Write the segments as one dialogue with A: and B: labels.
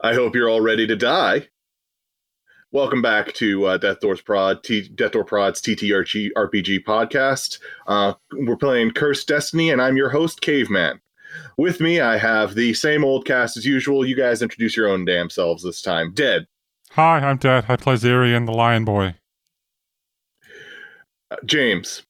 A: I hope you're all ready to die. Welcome back to uh, Death Doors Prod, T- Death Door Prod's TTRG RPG podcast. Uh, we're playing Cursed Destiny, and I'm your host, Caveman. With me, I have the same old cast as usual. You guys introduce your own damn selves this time. Dead,
B: Hi, I'm Dad. I play Zerion the Lion Boy.
A: uh, James,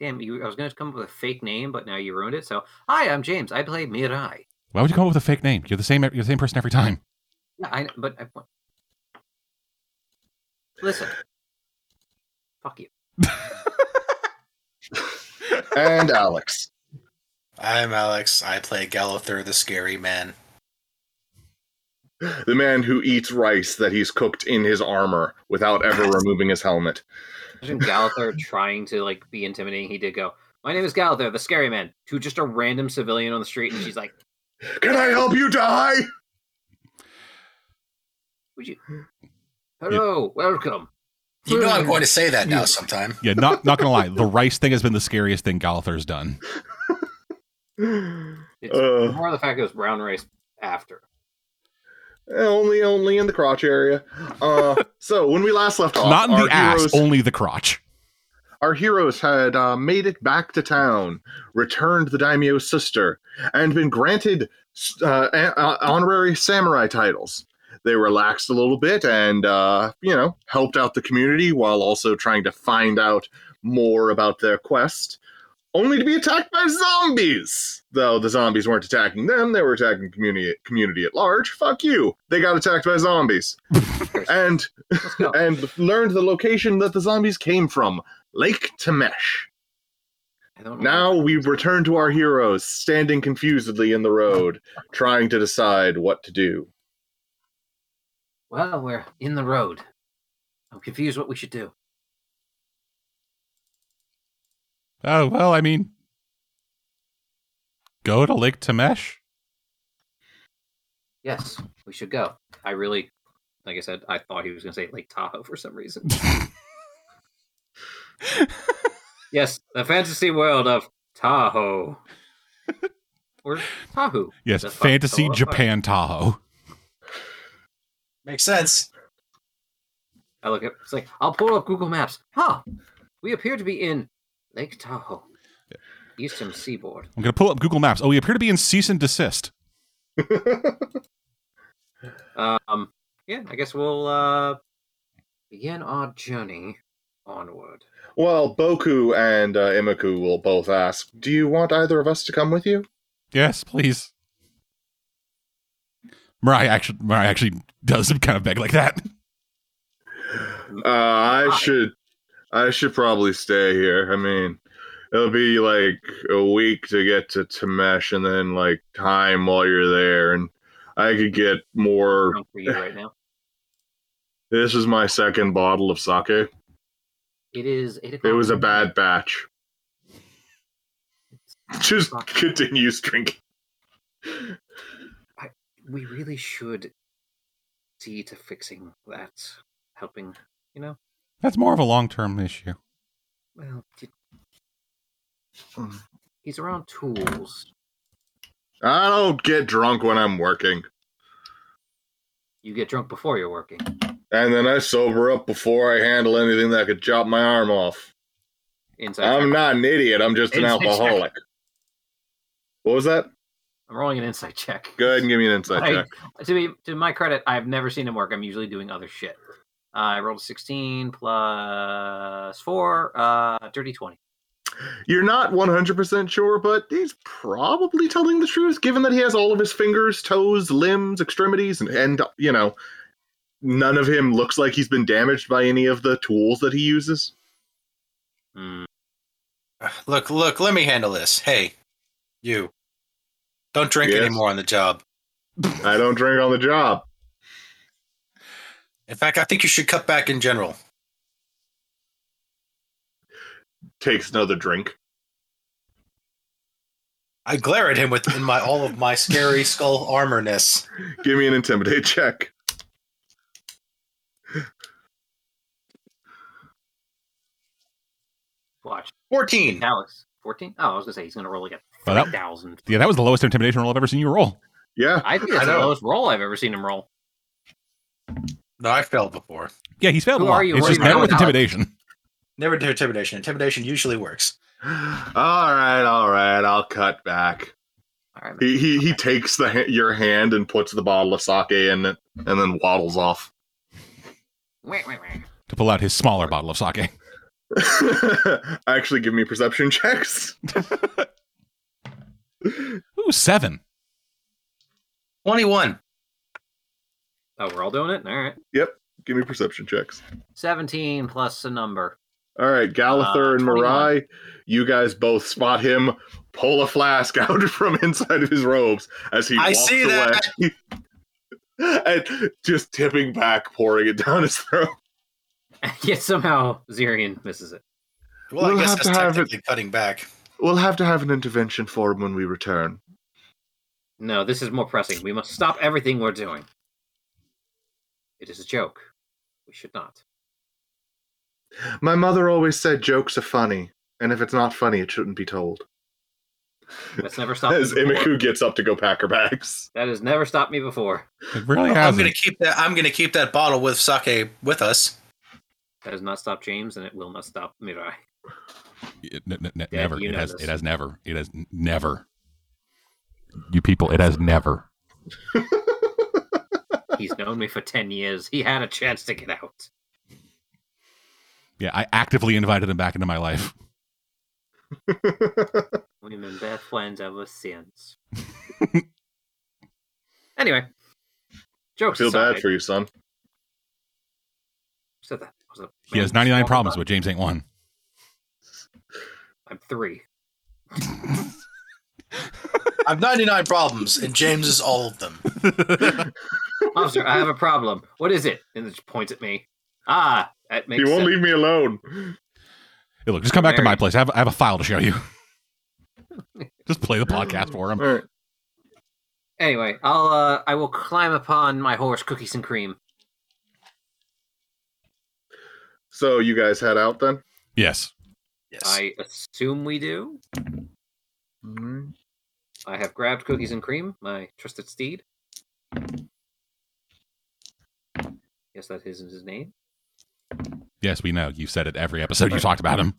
C: Damn, you, I was going to come up with a fake name, but now you ruined it. So, hi, I'm James. I play Mirai.
B: Why would you come up with a fake name? You're the same. You're the same person every time.
C: Yeah, I, but I, listen, fuck you.
A: and Alex.
D: I'm Alex. I play Galathur the Scary Man.
A: the man who eats rice that he's cooked in his armor without ever removing his helmet.
C: Imagine Galather trying to like be intimidating. He did go. My name is Galather, the scary man, to just a random civilian on the street, and she's like,
A: Can I help you die?
C: "Would you? Hello, welcome."
D: You know I'm going to say that now sometime.
E: Yeah, not not gonna lie, the rice thing has been the scariest thing Galather's done.
C: It's
A: Uh,
C: more of the fact it was brown rice after.
A: only, only in the crotch area. Uh, so when we last left off,
E: not in
A: our
E: the ass,
A: heroes,
E: only the crotch.
A: our heroes had uh, made it back to town, returned the daimyo's sister, and been granted uh, a- uh, honorary samurai titles. They relaxed a little bit and, uh, you know, helped out the community while also trying to find out more about their quest, only to be attacked by zombies. Though the zombies weren't attacking them, they were attacking community community at large. Fuck you! They got attacked by zombies, and
C: Let's go.
A: and learned the location that the zombies came from Lake Temesh.
C: I don't know.
A: Now we return to our heroes, standing confusedly in the road, trying to decide what to do.
C: Well, we're in the road. I'm confused. What we should do?
E: Oh well, I mean,
B: Go to Lake Temesh.
C: Yes, we should go. I really, like I said, I thought he was going to say Lake Tahoe for some reason. yes, the fantasy world of Tahoe. Or Tahoe.
E: yes,
C: That's fine.
E: fantasy
C: Hello, fine.
E: Japan Tahoe.
D: Makes sense.
C: I look at it's like I'll pull up Google Maps. Huh. We appear to be in Lake Tahoe. Eastern seaboard.
E: I'm gonna pull up Google Maps. Oh, we appear to be in cease and desist.
C: Um yeah, I guess we'll uh begin our journey onward.
A: Well, Boku and uh, Imaku will both ask, Do you want either of us to come with you?
E: Yes, please. Mariah actually, Mariah actually does kind of beg like that.
A: Uh, I should I should probably stay here. I mean, it'll be like a week to get to Temesh and then like time while you're there and I could get more
C: Drunk for you right now.
A: this is my second bottle of sake.
C: It is eight o'clock.
A: It was a bad batch. Just continues drinking.
C: we really should see to fixing that, helping, you know.
E: That's more of a long term issue.
C: Well, d-
A: Hmm.
C: he's around tools.
A: I don't get drunk when I'm working.
C: You get drunk before you're working.
A: And then I sober up before I handle anything that could chop my arm off.
C: Inside. check.
A: I'm not an idiot. I'm just an
C: Insight check.
A: alcoholic. What was that?
C: I'm rolling an insight check.
A: Go ahead and give me an insight
C: I-
A: check.
C: to be to my credit, I've never seen him work. I'm usually doing other shit. Uh, I rolled a 16 plus 4, uh, dirty 20.
A: You're not 100% sure, but he's probably telling the truth, given that he has all of his fingers, toes, limbs, extremities, and, and you know, none of him looks like he's been damaged by any of the tools that he uses.
C: Hmm.
D: Look, look, let me handle this. Hey, you. Don't drink
A: Yes.
D: anymore on the job.
A: I don't drink on the job.
D: In fact, I think you should cut back in general.
A: Takes another drink.
D: I glare at him with in my all of my scary skull armorness.
A: Give me an intimidate check.
C: Watch.
D: Fourteen.
C: Alex, 14? Oh, I was going to say he's going to roll like a
E: Well, that-
C: 3,000.
E: Yeah, that was the lowest intimidation roll I've ever seen you roll.
A: Yeah.
C: I think that's
A: I
C: the
A: know.
C: lowest roll I've ever seen him roll.
D: No, I failed before.
E: Yeah, he's failed
C: Who
E: a lot.
C: are you?
E: It's
C: Where
E: just
C: are you
E: better with
C: going?
E: intimidation.
D: Never do intimidation. Intimidation usually works.
A: All right, all right. I'll cut back.
C: All right,
A: He he, he takes the ha- your hand and puts the bottle of sake in it, and then waddles off.
C: Wah, wah, wah.
E: To pull out his smaller bottle of sake.
A: Actually, give me perception checks.
E: Ooh, seven.
D: 21.
C: Oh, we're all doing it. All right,
A: Give me perception checks.
C: seventeen plus a number.
A: All right, Galather
C: Uh,
A: and
C: 21.
A: Marai, you guys both spot him pull a flask out from inside of his robes as he
D: I
A: walks
D: see
A: away.
D: that.
A: and just tipping back, pouring it down his throat.
C: Yet somehow Zirian misses it.
D: Well,
A: We'll
D: I guess
A: have
D: that's
A: to have it-
D: technically cutting back.
A: We'll have to have an intervention for him when we return.
C: No, this is more pressing. We must stop everything we're doing. It is a joke. We should not.
A: My mother always said jokes are funny, and if it's not funny, it shouldn't be told.
C: That's never stopped.
A: As
C: me before.
A: Imiku gets up to go pack her bags.
C: That has never stopped me before.
B: It really
D: I'm
B: hasn't.
D: gonna keep that. I'm gonna keep that bottle with sake with us.
C: That has not stopped James, and it will not stop Mirai.
E: It- n- n- n-
C: Yeah,
E: never.
C: you
E: It
C: know
E: has.
C: this.
E: It has never. It has n- never. You people. It has never.
C: He's known me for ten years. He had a chance to get out.
E: Yeah, I actively invited him back into my life.
C: We've been best friends ever since. anyway,
A: I
C: jokes.
A: feel
C: aside,
A: bad for you, son.
C: Said that. was a
E: He has
C: man
E: 99
C: small
E: problems,
C: amount.
E: but James ain't one.
C: I'm three.
D: i have 99 problems, and James is all of them.
C: Officer, I have a problem. What is it? And it just points at me. Ah, that makes
A: He won't
C: sense.
A: leave me alone.
E: Hey, look, just come back to my
C: Married.
E: place. I have, I have a file to show you. just play the podcast for him.
A: All right.
C: Anyway, I'll uh, I will climb upon my horse, cookies and cream.
A: So you guys head out then?
E: Yes.
D: Yes.
C: I assume we do.
A: Mm-hmm.
C: I have grabbed cookies and cream, my trusted steed. Yes, that is his name.
E: Yes, we know. You said it every episode. You talked about him.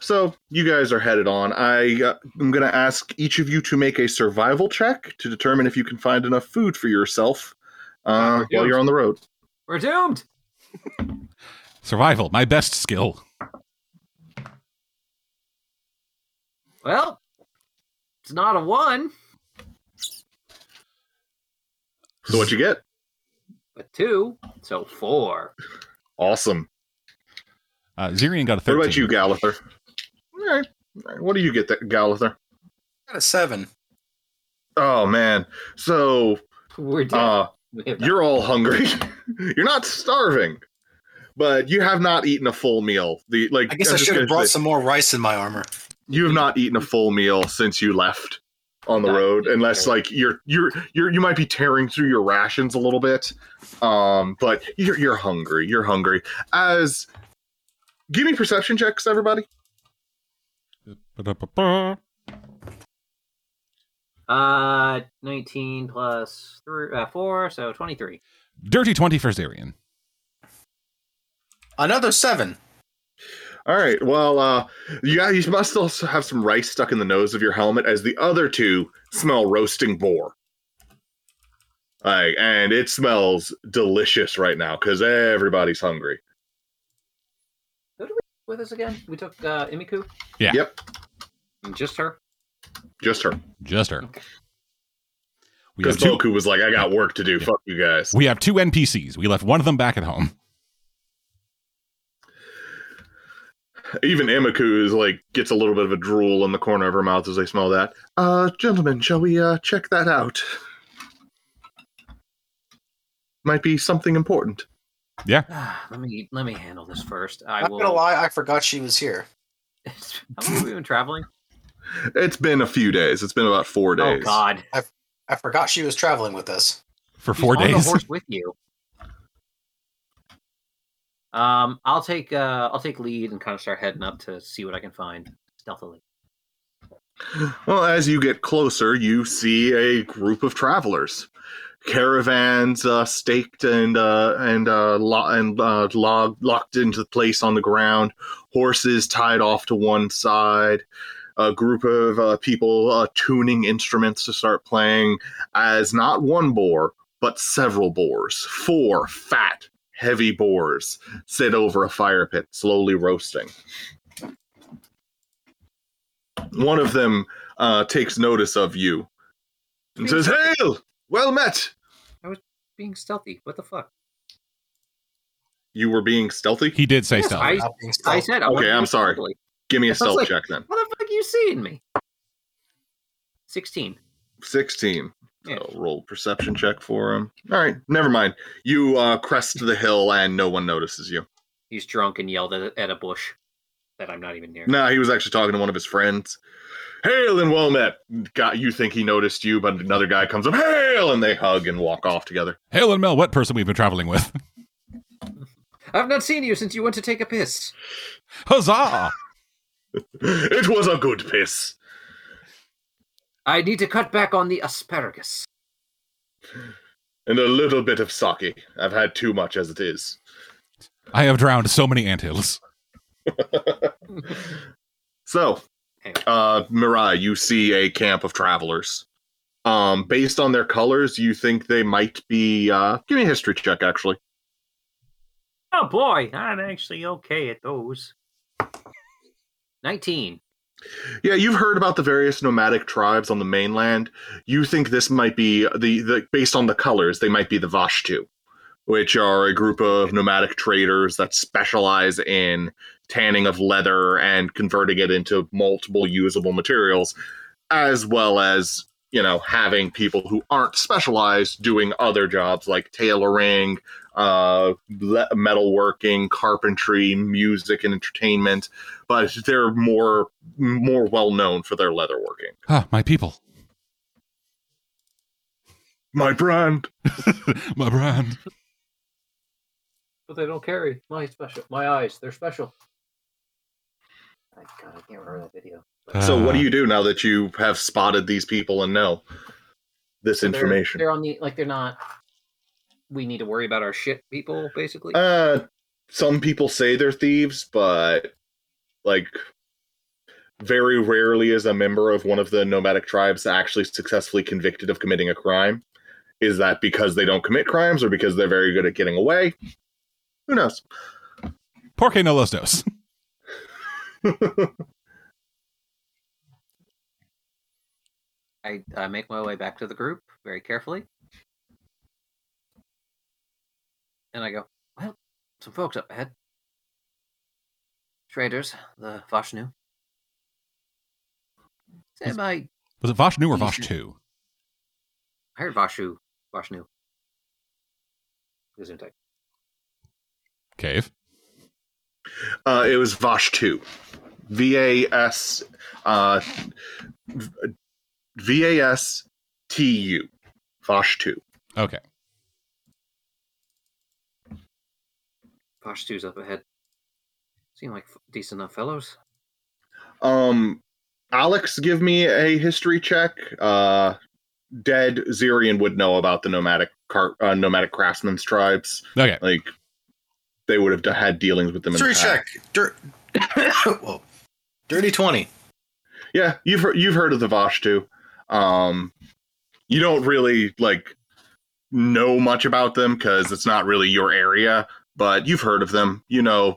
A: So you guys are headed on. I uh, am going to ask each of you to make a survival check to determine if you can find enough food for yourself uh,
C: yeah.
A: while you're on the road.
C: We're doomed.
E: Survival, my best skill.
C: Well, it's not a one,
A: So what you get?
C: a two, so four.
A: Awesome.
E: Uh, Zirian got a
A: What
E: 13.
A: about you, Galather? All right. All right. What do you get, that Galather?
D: got a seven.
A: Oh man. So
C: We're dead.
A: uh,
C: We have
A: you're all hungry. you're not starving, but you have not eaten a full meal. The like.
D: I guess
A: I'm
D: I
A: just
D: should have
A: gonna
D: brought
A: say,
D: some more rice in my armor.
A: You have not eaten a full meal since you left on the
C: Not
A: road,
C: eaten
A: unless
C: full.
A: like you're you're you're you might be tearing through your rations a little bit. Um, but you're you're hungry. You're hungry. As give me perception checks, everybody.
B: Ba-da-ba-ba.
C: Uh, 19 plus three, uh, 4, so 23.
E: Dirty 20 for Zirian.
D: Another seven.
A: All right. Well, uh, you, got- you must also have some rice stuck in the nose of your helmet, as the other two smell roasting boar. Like, and it smells delicious right now because everybody's hungry.
C: With us again? We took uh, Imiku?
E: Yeah.
A: Yep.
C: And just her?
A: Just her,
E: Just her. We
A: because
E: have, two,
A: Boku was like, "I got work to do.
E: Yeah.
A: Fuck you guys."
E: we have two NPCs. We left one of them back at home.
A: Even Imiku is like, gets a little bit of a drool in the corner of her mouth as they smell that. Uh, gentlemen, shall we uh check that out? Might be something important.
C: Ah, let me let me handle this first.
D: I'm
C: I
D: not
C: will.
D: gonna lie, I forgot she was here.
C: How long have we been traveling?
A: It's been a few days. It's been about four
C: Oh
A: days.
C: God!
D: I forgot she was traveling with us.
E: For
C: He's
E: four
C: on
E: days.
C: The horse with you. Um, I'll take uh, I'll take lead and kind of start heading up to see what I can find stealthily.
A: Well, as you get closer, you see a group of travelers, caravans uh, staked and uh, and uh, lo- and uh, log- locked into place on the ground, horses tied off to one side, a group of uh, people uh, tuning instruments to start playing as not one boar but several boars, four fat, heavy boars, sit over a fire pit, slowly roasting. One of them uh, takes notice of you and says, Hail! Well met!
C: Being stealthy. What the fuck?
A: You were being stealthy?
E: He did say
C: Yes,
E: stuff.
C: I-
D: Not being
C: I
D: stealth.
C: said. I
A: Oh, Okay,
C: wasn't
A: I'm
C: being
A: sorry.
C: stealthy.
A: Give me a
C: That's
A: stealth
C: like-
A: check then.
C: What the fuck are you seeing me? Sixteen.
A: 16.
C: Yeah.
A: So roll perception check for him. All right, never mind. You uh, crest the hill and no one notices you.
C: He's drunk and yelled at, at a bush that I'm not even near.
A: No, he was actually talking to one of his friends. Hail and well met. Got you think he noticed you, but another guy comes up, hail, and they hug and walk off together.
E: Hail and Mel, what person we've been traveling with?
C: I've not seen you since you went to take a piss.
E: Huzzah!
A: It was a good piss.
C: I need to cut back on the asparagus.
A: And a little bit of sake. I've had too much as it is.
E: I have drowned so many anthills.
A: So, uh, Mirai, you see a camp of travelers. Um, based on their colors, you think they might be. Uh, give me a history check, actually.
C: Oh boy, I'm actually okay at those. Nineteen.
A: Yeah, you've heard about the various nomadic tribes on the mainland. You think this might be the, the based on the colors, they might be the Vashtu, which are a group of nomadic traders that specialize in tanning of leather and converting it into multiple usable materials, as well as you know having people who aren't specialized doing other jobs like tailoring, uh, le- metalworking, carpentry, music, and entertainment. But they're more more well known for their leather working.
E: Ah, my people.
A: My brand.
E: My brand.
C: But they don't carry my special. My eyes, they're special. My God, I can't remember that video.
A: So, what do
E: Uh,
A: you do now that you have spotted these people and know this
C: So they're-
A: information?
C: They're, on the like they're not. We need to worry about our shit, people. Basically,
A: Uh, some people say they're thieves, but like very rarely is a member of one of the nomadic tribes actually successfully convicted of committing a crime. Is that because they don't commit crimes or because they're very good at getting away? Who knows?
E: Ah. Porque no los dos.
C: I, I make my way back to the group very carefully, and I go, "Well, some folks up ahead, traders, the Vashnu." Am I?
E: Was it Vosh New or
C: Easy.
E: Vosh 2?
C: I heard Vashu, Vashnu. Gesundheit.
E: Cave.
A: Uh, it was Vash 2. V A S uh, V A S T U. Vash 2.
E: Okay.
C: Vashtu's up ahead. Seem like f- decent enough fellows.
A: Um, Alex, give me a history check. Uh, dead Zirian would know about the nomadic car- uh, nomadic craftsmen's tribes.
E: Okay.
A: Like they would have had dealings with them. in the
D: History
A: past.
D: check. Dirt. Whoa. Dirty 20.
A: Yeah, you've heard, you've heard of the Vashtu. Um, you don't really like know much about them because it's not really your area, but you've heard of them. You know,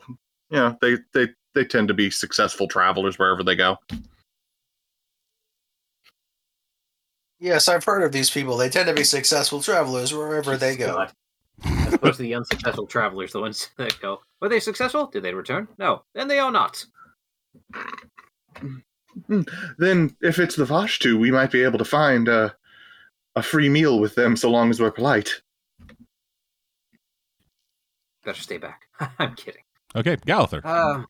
A: yeah, they they they tend to be successful travelers wherever they go.
D: Yes, I've heard of these people. They tend to be successful travelers wherever they go.
C: God. As opposed to the unsuccessful travelers, the ones that go, were they successful? Did they return? No. Then they are not.
A: Then, if it's the Vashtu, we might be able to find uh, a free meal with them so long as we're polite.
C: Better stay back. I'm kidding.
E: Okay. Galather.
C: Um,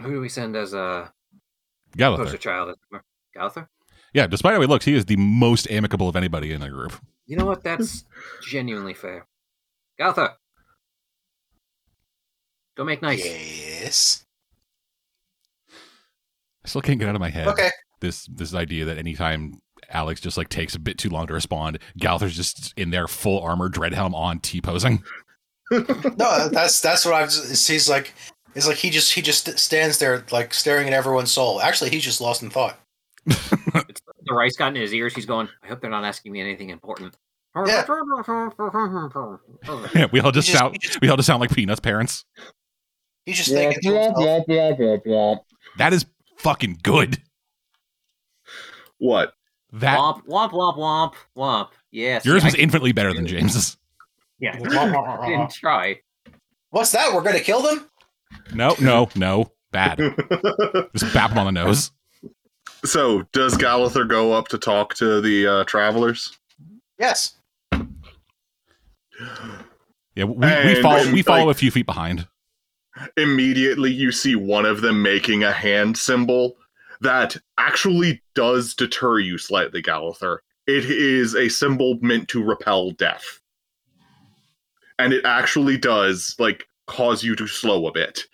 C: who do we send as a
E: Galather.
C: poster child? as it were? Gauther?
E: Yeah, despite how he looks, he is the most amicable of anybody in the group.
C: You know what? That's genuinely fair. Gauther! Go make nice.
D: Yes.
E: I still can't get out of my head.
D: Okay.
E: This this idea that anytime Alex just like takes a bit too long to respond, Galther's just in there full armor, dreadhelm on, T posing.
D: No, that's that's what I've. it's- He's like, it's like he just he just stands there like staring at everyone's soul. Actually, he's just lost in thought.
C: It's, the rice got in his ears. He's going, I hope they're not asking me anything important.
D: Yeah.
C: All
E: Yeah, we all just,
D: He just-
E: sound we all just sound like peanuts parents.
D: He's just
A: Womp,
D: thinking. to
A: womp,
D: himself,
A: womp, womp, womp, womp.
E: That is fucking good.
A: What?
E: That
C: womp, womp, womp, womp, womp. Yes.
E: yours
C: I
E: was infinitely better than James's.
C: Yeah.
D: "Wah-wah-wah-wah-wah."
C: didn't try.
D: What's that? We're gonna kill them?
E: No, no, no. Bad. Just bap him on the nose.
A: So, does Galather go up to talk to the uh, travelers?
D: Yes.
E: Yeah, we, we
A: And
E: follow
A: then,
E: we follow
A: like-
E: a few feet behind.
A: Immediately, you see one of them making a hand symbol that actually does deter you slightly, Galather. It is a symbol meant to repel death, and it actually does like cause you to slow a bit.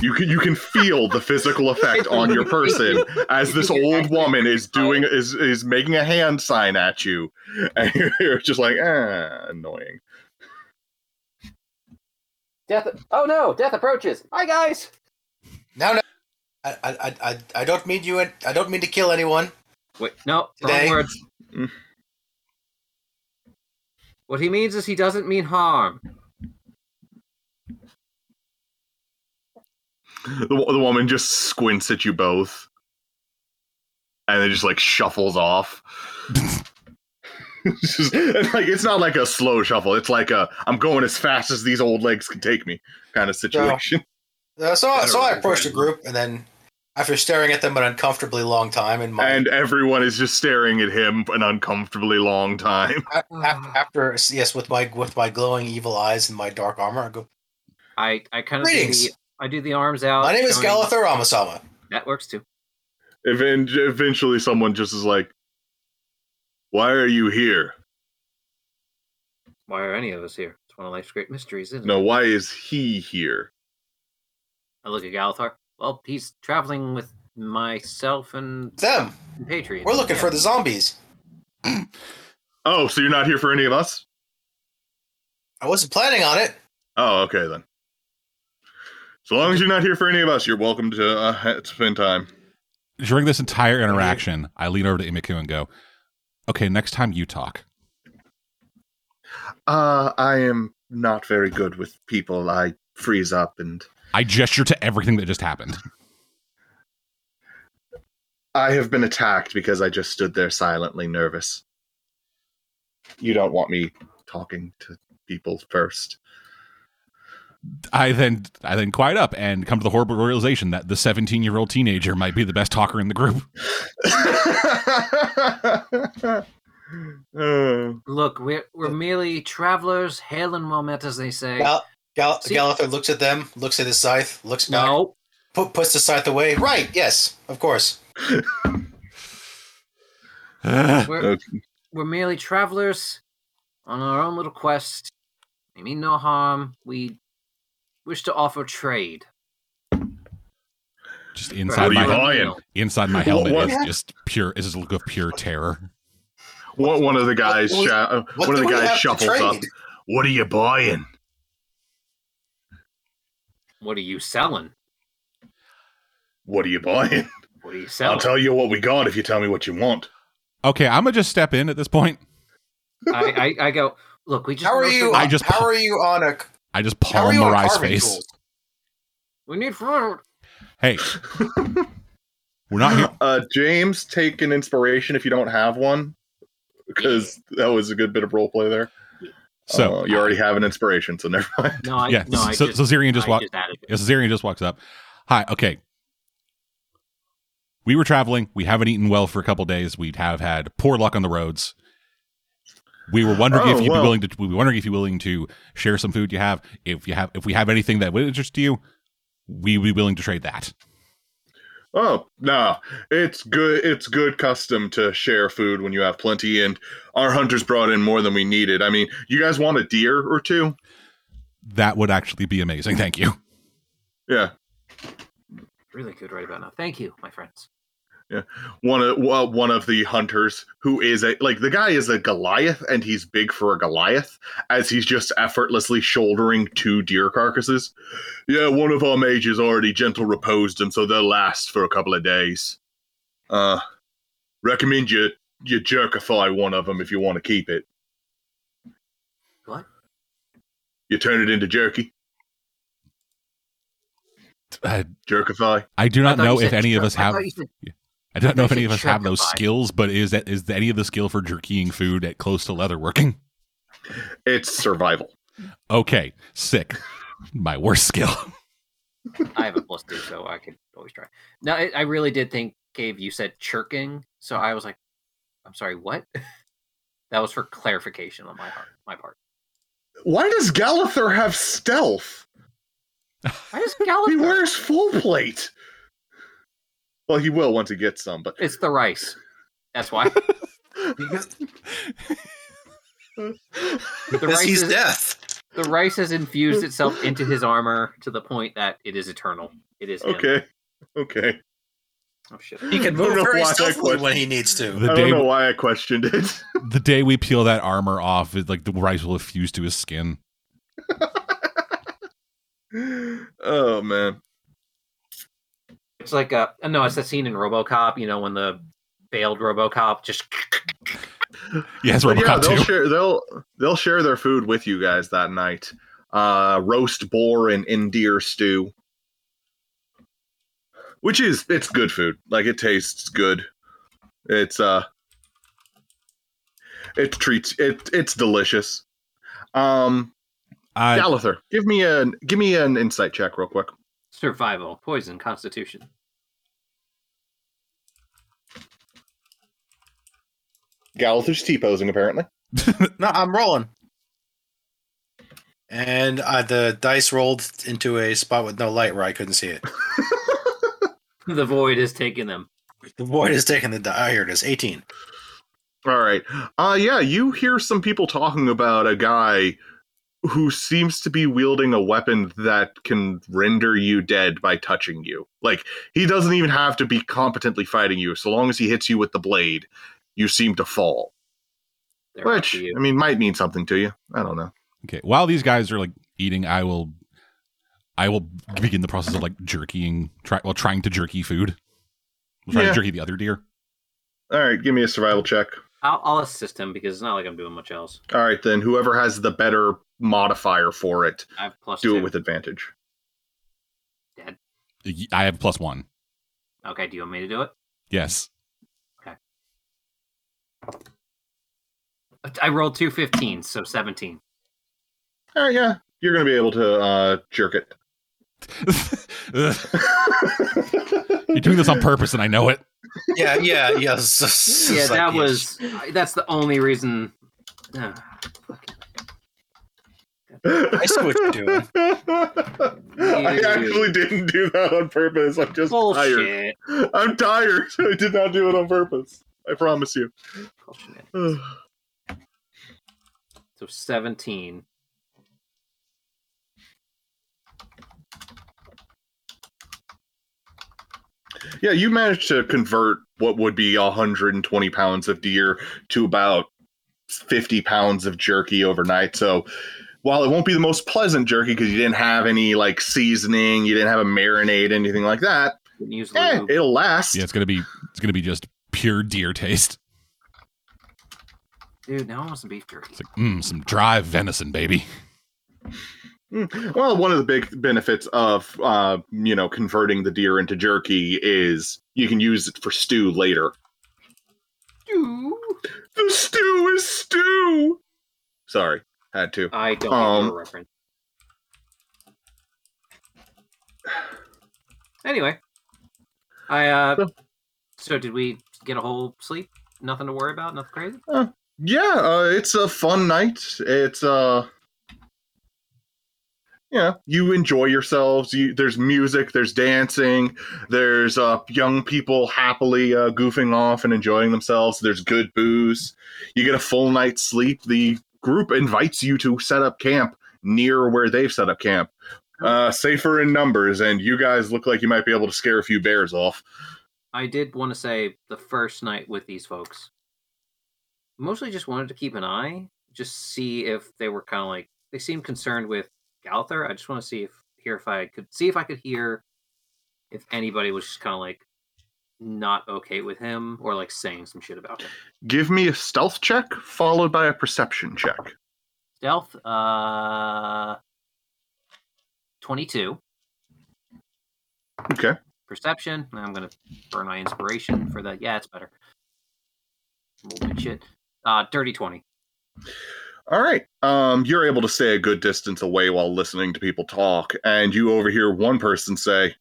A: You can you can feel the physical effect on your person as this old woman is doing is is making a hand sign at you, and you're just like ah, annoying.
C: Death. Oh no! Death approaches. Hi guys.
D: No, no. I, I, I, I- I don't mean you. and- I don't mean to kill anyone.
C: Wait. No. Wrong
D: Today.
C: words. What he means is he doesn't mean harm.
A: The, wo- the woman just squints at you both, and then just like shuffles off. It's just- and, like it's not like a slow shuffle. It's like a I'm going as fast as these old legs can take me kind of situation.
D: Uh, so, I-
C: don't
D: so I
C: remember.
D: approached the group, and then after staring at them an uncomfortably long time, in my
A: And everyone is just staring at him an uncomfortably long time.
D: a- af- after yes, with my with my glowing evil eyes and my dark armor, I go.
C: I I kind of do
D: Greetings.
C: the, I do the arms out.
D: My name is
C: showing-
D: Galather Amasama.
C: That works too.
A: Even- eventually, someone just is like, "Why are you here?
C: Why are any of us here? It's one of life's great mysteries, isn't
A: No,
C: it?
A: why is he here?"
C: I look at Galathar. Well, he's traveling with myself and
D: Them.
C: compatriots.
D: We're looking
C: Yeah.
D: for the zombies.
A: Oh, so you're not here for any of us?
D: I wasn't planning on it.
A: Oh, okay then. As long as you're not here for any of us, you're welcome to uh, spend time.
E: During this entire interaction, I lean over to Imiku and go, Okay, next time you talk.
A: Uh, I am not very good with people. I freeze up, and
E: I gesture to everything that just happened.
A: I have been attacked because I just stood there silently, nervous. You don't want me talking to people first.
E: I then I then quiet up and come to the horrible realization that the 17 year old teenager might be the best talker in the group.
A: Oh.
C: Look, we're we're merely travelers, hail and well met, as they say.
D: Gal- Gal-
C: See-
D: Galather looks at them, looks at his scythe, looks back,
C: no,
D: pu- puts the scythe away. Right, yes, of course.
C: we're
A: Okay.
C: we're merely travelers on our own little quest. We mean no harm. We wish to offer trade.
E: Just
A: What
E: inside
A: are you
E: my
A: buying?
C: Well,
E: inside my helmet
A: What-
E: is just pure is a look of pure terror.
A: One one of the guys,
D: What-
A: shu- uh, one of
D: do
A: the
D: we have
A: guys
D: to
A: shuffles
D: trade?
A: up. What are you buying?
C: What are you selling?
A: What are you buying?
C: What are you
A: I'll
C: selling?
A: tell you what we got if you tell me what you want.
E: Okay, I'm gonna just step in at this point.
C: I, I I go. Look, we just
D: How are
C: want to-
D: you?
E: I just-
D: how are you on a?
E: I just
D: How
E: palm
D: are you on
E: Mariah's
D: carving
E: face.
D: tools?
C: We need food.
E: Hey, we're not here.
A: Uh, James, take an inspiration if you don't have one, because that was a good bit of role play there.
E: So
A: Uh, you already have an inspiration, so never mind.
C: No,
D: Uh,
C: I
E: yeah.
C: no, I
E: so,
C: just,
E: so Zirian just
C: I
E: walked.
C: just added it.
E: Yeah, so Zarian just walks up. Hi, okay. We were traveling. We haven't eaten well for a couple days. We have had poor luck on the roads. We were wondering
A: Oh,
E: if you'd
A: well.
E: be willing to. We were wondering if you're willing to share some food you have. If you have, if we have anything that would interest you, we'd be willing to trade that.
A: Oh no, it's good. It's good custom to share food when you have plenty, and our hunters brought in more than we needed. I mean, you guys want a deer or two?
E: That would actually be amazing. Thank you.
A: Yeah.
C: really good right about now. Thank you, my friends.
A: one of well, one of the hunters who is a like the guy is a Goliath and he's big for a Goliath as he's just effortlessly shouldering two deer carcasses. Yeah, one of our mages already gentle reposed them, so they'll last for a couple of days. Uh, recommend you you jerkify one of them if you want to keep it.
C: What?
A: You turn it into jerky.
E: I,
A: Jerkify.
E: I do
C: I
E: not
C: thought you
E: know if
C: said
E: any of
C: jerk.
E: us
C: I
E: have.
C: thought you said-
E: I don't know if
C: I
E: any of
C: said
E: us have those
C: jerkify.
E: skills, but is that is any of the skill for jerkying food at close to leather working?
A: It's survival.
E: Okay, sick. My worst skill.
C: I have a plus two, so I could always try. No, I, I really did think, Gabe, you said chirking, so I was like, I'm sorry, what? that was for clarification on my heart, my part.
A: Why does Galather have stealth?
C: I just
A: He
C: galloped.
A: wears full plate. Well, he will once he gets some, but
C: It's the rice. That's why the
D: Because
C: rice
D: he's
C: is,
D: death.
C: the rice has infused itself into his armor to the point that it is eternal. It is him.
A: okay, okay.
C: Oh shit.
D: He can
A: I don't
D: move
A: know
D: very
A: why I
D: stealthily
A: question-
D: when he needs to.
E: The
A: I
E: day
A: don't know why I questioned it.
E: the day we peel that armor off, it, like the rice will fuse to his skin.
A: oh man,
C: It's like uh no, it's that scene in RoboCop. You know when the failed RoboCop just
E: Yes,
A: But yeah,
E: RoboCop
A: they'll
E: too.
A: share they'll they'll share their food with you guys that night. Uh, roast boar and endear stew, which is it's good food. Like it tastes good. It's uh, it treats it it's delicious. Um,
E: I,
A: Galather, give me an give me an insight check real quick.
C: survival, poison, constitution.
A: Galather's T posing apparently.
D: No, I'm rolling. And uh, the dice rolled into a spot with no light where I couldn't see it.
C: The void is taking them.
D: The void is taking the die. Oh, here it is. 18.
A: All right. Uh yeah, you hear some people talking about a guy who seems to be wielding a weapon that can render you dead by touching you. Like he doesn't even have to be competently fighting you. So long as he hits you with the blade, you seem to fall.
C: They're up
A: Which
C: to you.
A: I mean might mean something to you. I don't know.
E: okay, while these guys are like eating, I will, I will begin the process of like jerkying, try, well, trying to jerky food. We'll try
A: Yeah.
E: to jerky the other deer.
A: All right, give me a survival check.
C: I'll, I'll assist him because it's not like I'm doing much else.
A: All right, then whoever has the better modifier for it,
C: I have plus
A: do
C: two.
A: it with advantage.
E: I have plus one.
C: Okay, do you want me to do it?
E: Yes.
C: I rolled two 15s, so 17.
A: All right, yeah, you're gonna be able to uh, jerk it.
E: Ugh, You're doing this on purpose, and I know it.
D: Yeah, yeah, yeah. It's just-
C: Yeah,
D: it's like,
C: that was. I- That's the only reason. Uh,
D: I see what you're doing.
A: I actually didn't do that on purpose. I'm just
C: bullshit.
A: tired. I'm tired. I did not do it on purpose. I promise you.
C: Bullshit.
A: All
C: So 17.
A: Yeah, you managed to convert what would be 120 pounds of deer to about 50 pounds of jerky overnight. So while it won't be the most pleasant jerky because you didn't have any like seasoning, you didn't have a marinade, anything like that,
C: Didn't use
A: eh,
C: lube.
A: it'll last.
E: Yeah, it's gonna be, it's gonna be just pure deer taste.
C: Dude, now I want some beef jerky.
E: It's like, mm, some dry venison, baby.
A: Mm. Well, one of the big benefits of uh, you know converting the deer into jerky is you can use it for stew later.
C: Ooh.
A: The stew is stew. Sorry, had to.
C: I don't
A: Um,
C: know a reference. Anyway, I uh. So did we get a whole sleep? Nothing to worry about. Nothing crazy.
A: Yeah, uh, it's a fun night. It's uh yeah, you enjoy yourselves. You, there's music, there's dancing, there's uh, young people happily uh, goofing off and enjoying themselves. There's good booze. You get a full night's sleep. The group invites you to set up camp near where they've set up camp. uh, safer in numbers, and you guys look like you might be able to scare a few bears off.
C: I did want to say the first night with these folks, mostly just wanted to keep an eye, just see if they were kind of like they seemed concerned with Galther. I just want to see if hear if I could see if I could hear if anybody was just kind of like not okay with him or like saying some shit about him.
A: Give me a stealth check followed by a perception check.
C: Stealth, uh, twenty-two.
A: Okay.
C: Perception. and I'm gonna burn my inspiration for that. Yeah, it's better. Little bit shit. Uh, dirty twenty.
A: All right. Um, you're able to stay a good distance away while listening to people talk, and you overhear one person say,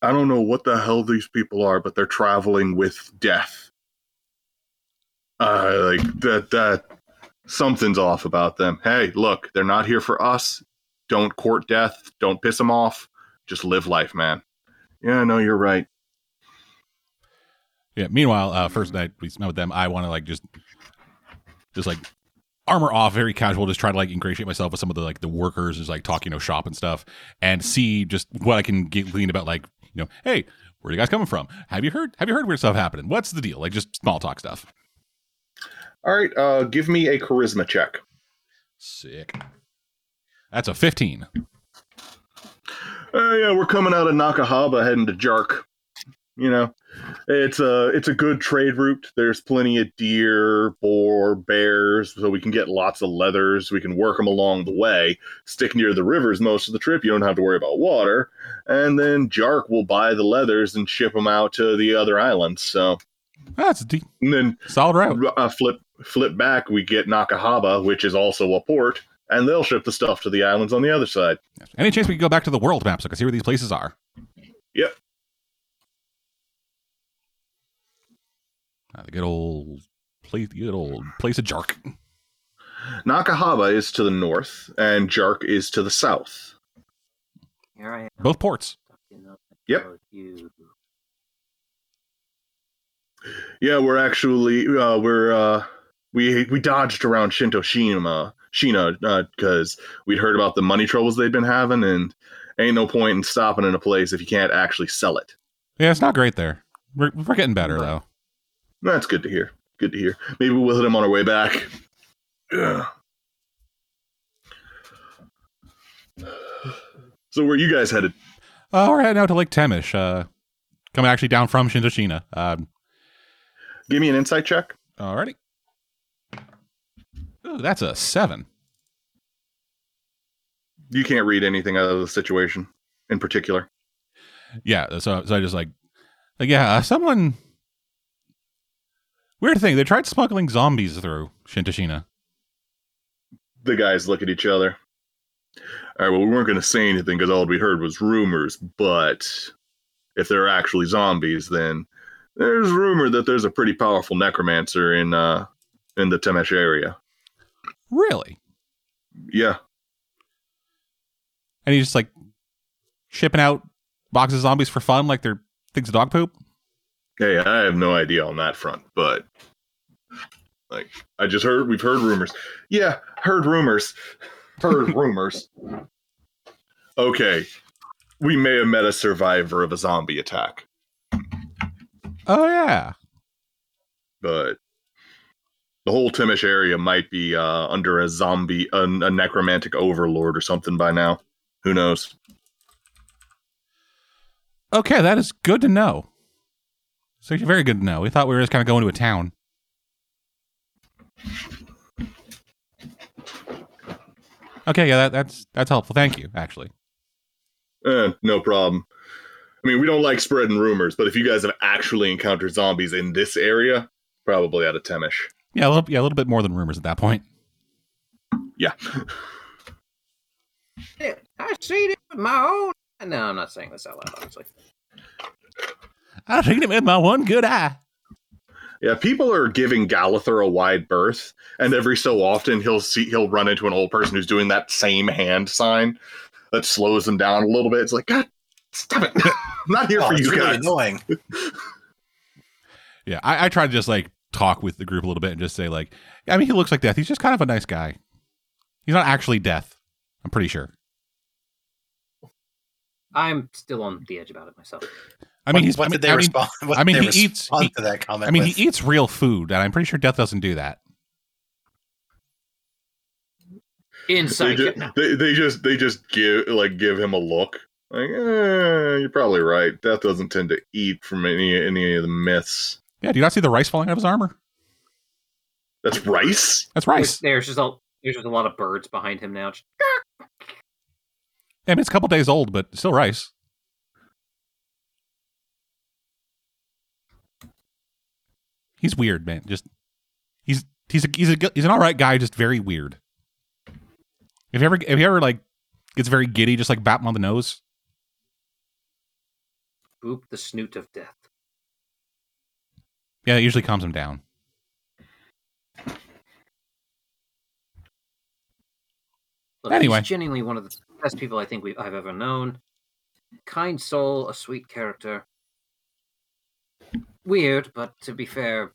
A: I don't know what the hell these people are, but they're traveling with death. Uh, like that, that something's off about them. Hey, look, they're not here for us. Don't court death. Don't piss them off. Just live life, man. Yeah, no, you're right.
E: Yeah. Meanwhile, uh, first night we met with them, I want to like just, just like armor off, very casual, just try to like ingratiate myself with some of the like the workers, just like talk, you know, shop and stuff, and see just what I can get glean about like, you know, hey, where are you guys coming from? Have you heard? Have you heard weird stuff happening? What's the deal? Like just small talk stuff.
A: All right. Uh, give me a charisma check.
E: Sick. That's a fifteen.
A: Uh, yeah, we're coming out of Nakahaba heading to Jark. You know, it's a it's a good trade route. There's plenty of deer, boar, bears, so we can get lots of leathers. We can work them along the way. Stick near the rivers most of the trip. You don't have to worry about water. And then Jark will buy the leathers and ship them out to the other islands. So
E: That's a deep,
A: and then
E: solid route.
A: uh, flip flip back, we get Nakahaba, which is also a port, and they'll ship the stuff to the islands on the other side.
E: Any chance we can go back to the world map so I can see where these places are?
A: Yep.
E: Ah, the good old place, the good old place of Jark.
A: Nakahaba is to the north, and Jark is to the south.
C: Here I am.
E: Both ports.
C: fucking up and
A: Yep.
C: tell You.
A: Yeah, we're actually uh, we're uh, we we dodged around Shinto Shima Shina because we'd heard about the money troubles they'd been having, and ain't no point in stopping in a place if you can't actually sell it.
E: Yeah, it's not great there. We're, we're getting better though.
A: That's good to hear. Good to hear. Maybe we'll hit him on our way back. Ugh. So where you guys headed?
E: Uh, we're heading out to Lake Temish. Uh, coming actually down from Shintoshina. Um,
A: Give me an insight check.
E: alrighty. Ooh, that's a seven.
A: You can't read anything out of the situation in particular.
E: Yeah, so so I just like, like yeah, uh, someone. Weird thing, they tried smuggling zombies through Shintoshina.
A: the guys look at each other. All right, well, we weren't going to say anything because all we heard was rumors, but if they're actually zombies, then there's rumor that there's a pretty powerful necromancer in uh in the Temesh area.
E: Really?
A: Yeah,
E: And he's just like shipping out boxes of zombies for fun, like they're things of dog poop.
A: hey, I have no idea on that front, but like I just heard we've heard rumors. Yeah, heard rumors. Heard rumors. Okay. We may have met a survivor of a zombie attack,
E: Oh yeah,
A: but the whole Timish area might be uh, under a zombie, a, a necromantic overlord or something by now. Who knows?
E: Okay, that is good to know. It's actually very good to know. We thought we were just kind of going to a town. Okay, yeah, that, that's that's helpful. Thank you, actually.
A: Eh, no problem. I mean, we don't like spreading rumors, but if you guys have actually encountered zombies in this area, probably out of Temish.
E: Yeah, a little, yeah, a little bit more than rumors at that point.
A: Yeah.
C: I seen it with my own. No, I'm not saying this out loud. Obviously,
E: I think it with my one good eye.
A: Yeah, people are giving Galather a wide berth, and every so often he'll see he'll run into an old person who's doing that same hand sign that slows them down a little bit. It's like, God, stop it! I'm not here
D: Oh,
A: for
D: it's
A: you
D: really
A: guys.
D: annoying.
E: Yeah, I, I try to just like talk with the group a little bit and just say like, I mean, he looks like death. He's just kind of a nice guy. He's not actually death. I'm pretty sure.
C: I'm still on the edge about it myself.
E: I mean,
D: what,
E: he's.
D: what
E: I mean,
D: did they
E: I mean,
D: respond? what
E: I mean,
D: did they
E: he eats-
D: respond
E: he-
D: to that comment.
E: I mean,
D: with?
E: he eats real food, and I'm pretty sure Death doesn't do that.
A: They,
C: Inside,
A: ju-
C: no.
A: they, they just they just give like give him a look. Like, eh, you're probably right. Death doesn't tend to eat from any any of the myths.
E: Yeah, do you not see the rice falling out of his armor?
A: That's rice.
E: That's
C: There's,
E: rice.
C: there's just a there's just a lot of birds behind him now. Just-
E: I mean, it's a couple days old, but still rice. He's weird, man. Just he's he's a, he's a he's an all right guy, just very weird. If you ever if you ever like gets very giddy, just like bap him on the nose.
C: Boop the snoot of death.
E: Yeah, it usually calms him down.
C: Look,
E: Anyway.
C: he's genuinely one of the best people I think we I've ever known. Kind soul, a sweet character. Weird, but to be fair,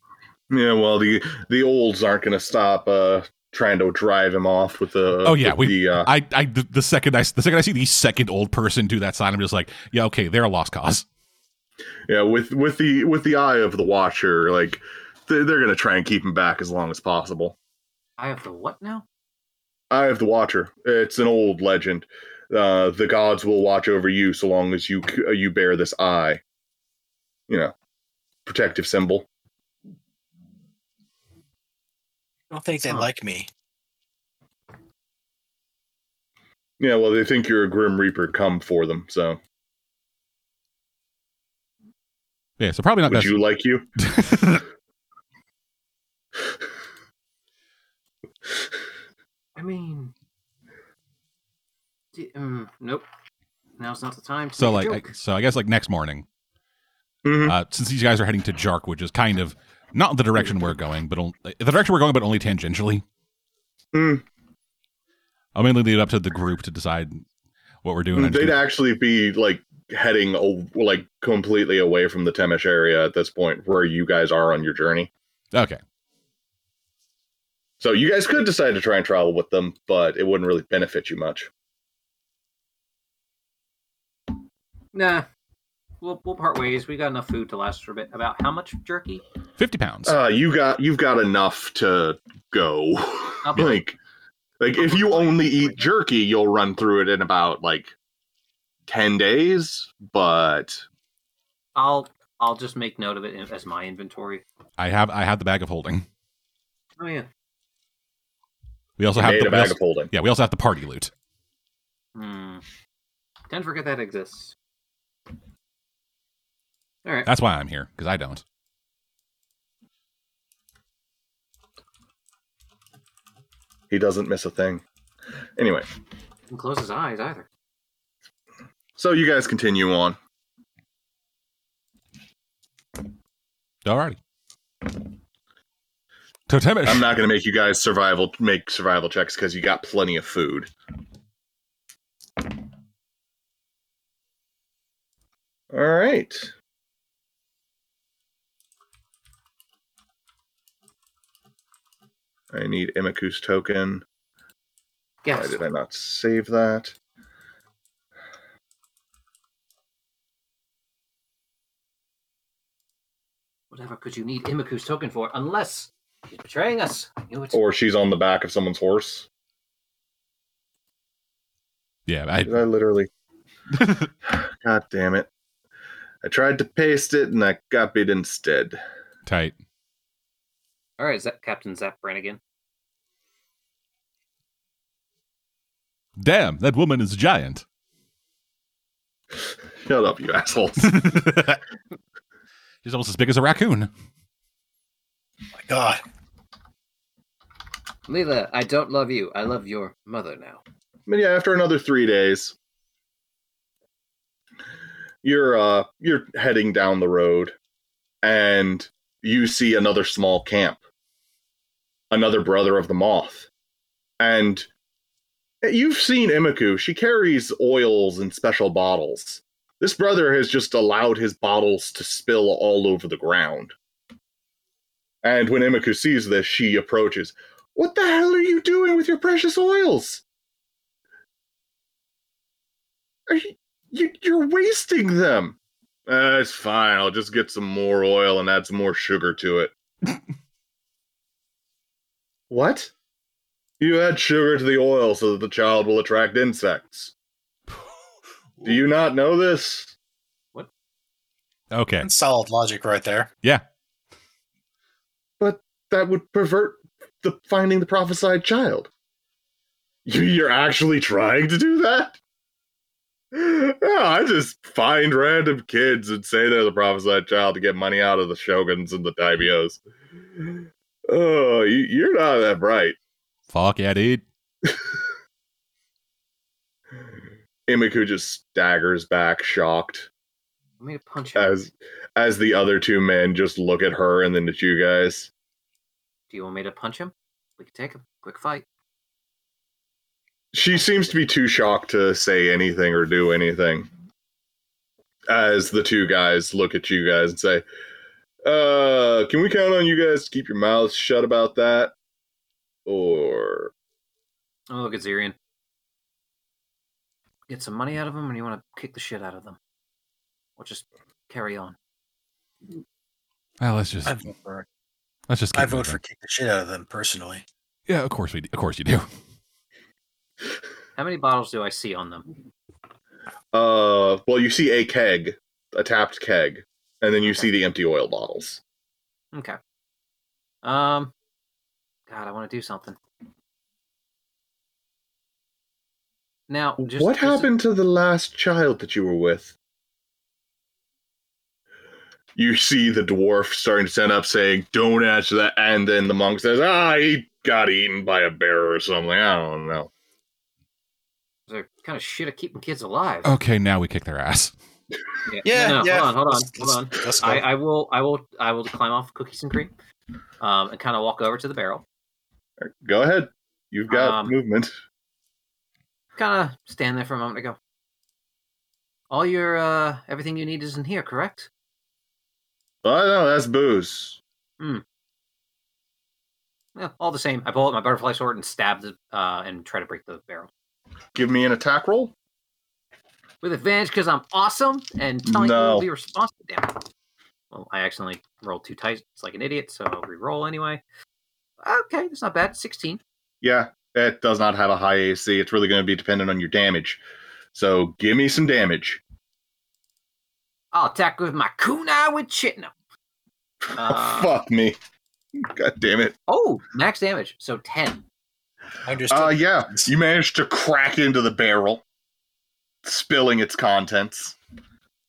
A: Yeah. Well, the the olds aren't going to stop uh, trying to drive him off with the.
E: Oh, yeah,
A: with
E: we-
A: the, uh,
E: I, I the the second I the second I see the second old person do that sign, I'm just like, yeah, okay, they're a lost cause.
A: yeah with with the with the eye of the watcher. Like they're, they're going to try and keep him back as long as possible.
C: I have the what now?
A: Eye of the Watcher. It's an old legend. Uh, the gods will watch over you so long as you c- uh, you bear this eye. You know, protective symbol.
D: I don't think they
C: Huh.
D: like me.
A: Yeah, well, they think you're a Grim Reaper come for them. So,
E: Yeah, so probably not
A: would
E: best.
A: you like you?
C: I mean, d- mm, nope. Now's not the time. To
E: so like
C: make a
E: I,
C: joke.
E: so I guess like next morning,
A: Mhm.
E: uh, since these guys are heading to Jark, which is kind of not the direction we're going, but on, the direction we're going, but only tangentially.
A: Mm.
E: I'll mainly leave it up to the group to decide what we're doing. I'm just
A: They'd
E: gonna-
A: actually be like heading a- like completely away from the Temesh area at this point, where you guys are on your journey.
E: okay,
A: So you guys could decide to try and travel with them, but it wouldn't really benefit you much.
C: nah, we'll we'll part ways. We got enough food to last for a bit. About how much jerky?
E: fifty pounds.
A: Uh, you got you've got enough to go.
C: I'll be-
A: like, like if you only eat jerky, you'll run through it in about like ten days. But
C: I'll I'll just make note of it in- as my inventory.
E: I have I have the bag of holding.
C: Oh yeah.
E: We also
A: you
E: have
A: made
E: the
A: a bag
E: we
A: of
E: also-
A: holding.
E: yeah we also have the party loot.
C: Hmm. Don't forget that exists. All right.
E: That's why I'm here because I don't.
A: He doesn't miss a thing. Anyway,
C: Didn't close his eyes either.
A: so you guys continue on.
E: Alrighty. Totemish.
A: I'm not going to make you guys survival make survival checks because you got plenty of food. All right. I need Imiku's token. Why
C: Yes.
A: did I not save that?
C: Whatever could you need Imaku's token for? Unless he's betraying us. I knew it.
A: Or she's on the back of someone's horse.
E: yeah, I,
A: Did I literally? God damn it! I tried to paste it and I copied instead.
E: tight.
C: All right. Is that Captain Zap Brannigan?
E: Damn, that woman is a giant.
A: Shut up, you assholes.
E: She's almost as big as a raccoon.
D: My God,
C: Leela, I don't love you. I love your mother now.
A: But yeah, after another three days, you're uh you're heading down the road, and you see another small camp, another brother of the moth, and you've seen Imiku. She carries oils in special bottles. This brother has just allowed his bottles to spill all over the ground. And when Imiku sees this, she approaches. What the hell are you doing with your precious oils? Are you, You, you're wasting them. Uh, it's fine. I'll just get some more oil and add some more sugar to it. what? You add sugar to the oil so that the child will attract insects. Do you not know this?
E: Okay.
D: That's solid logic right there.
E: Yeah.
A: That would pervert the finding the prophesied child. You, you're actually trying to do that? No, I just find random kids and say they're the prophesied child to get money out of the shoguns and the daimyos. Oh, you, you're not that bright.
E: Fuck yeah, dude.
A: Imiku just staggers back, shocked,
C: I'm gonna punch him.
A: as as the other two men just look at her and then at you guys.
C: Do you want me to punch him? We can take him. Quick fight.
A: She seems to be too shocked to say anything or do anything. As the two guys look at you guys and say, "Uh, can we count on you guys to keep your mouths shut about that?" Or
C: I'm gonna Oh, look at Zirian. Get some money out of him, and you want to kick the shit out of them, or just carry on.
E: Well, let's just
D: I vote for,
E: let's just.
D: I
E: keep
D: vote
E: moving.
D: for kick the shit out of them personally.
E: Yeah, of course we. Do. Of course you do.
C: How many bottles do I see on them?
A: Uh, well, you see a keg, a tapped keg, and then you see the empty oil bottles.
C: Okay. Um, God, I want to do something. Now, just,
A: what
C: just-
A: happened to the last child that you were with? You see the dwarf starting to stand up, saying, "Don't answer that." And then the monk says, "Ah, he got eaten by a bear or something. I don't know."
C: They're kind of shit at keeping kids alive.
A: Oh,
E: Okay, now we kick their ass.
D: Yeah,
C: no, no,
D: yeah.
C: Hold on, hold on,
D: Let's-
C: hold on.
D: let's- let's go.
C: I, I will, I will, I will climb off cookies and cream, um, and kind of walk over to the barrel.
A: Go ahead, you've got
C: Um,
A: movement.
C: Kind of stand there for a moment and go. All your uh, everything you need is in here, correct?
A: Oh no, that's booze.
C: Yeah, all the same. I pull out my butterfly sword and stab the uh, and try to break the barrel
A: Give me an attack roll.
C: with advantage because I'm awesome and telling
A: No.
C: you to be responsible. Damn. it. Well, I accidentally rolled two dice like an idiot, so I'll re-roll anyway. Okay, that's not bad. Sixteen.
A: Yeah, it does not have a high AC. It's really going to be dependent on your damage. So give me some damage.
C: I'll attack with my kunai with chitna.
A: Oh,
C: Uh,
A: fuck me. God damn it.
C: oh, max damage. So ten.
D: Understood.
A: Uh, yeah, you managed to crack into the barrel, spilling its contents.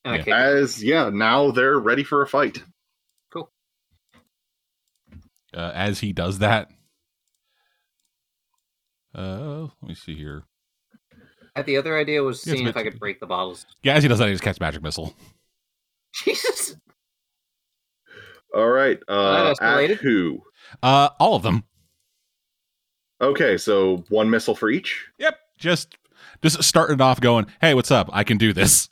E: Yeah.
C: Okay.
A: As, yeah, now they're ready for a fight.
E: Uh, as he does that, uh, let me see here.
C: Uh, the other idea was
E: Yeah, it's
C: seeing if
E: meant
C: I
E: to
C: could
E: be.
C: break the bottles.
E: Yeah, as he does that, he just casts magic missile.
C: Jesus.
A: All right. Uh,
C: That
A: at
C: escalated.
A: who?
E: Uh, all of them.
A: Okay, so one missile for each.
E: Yep. Just just starting off going, hey, what's up? I can do this.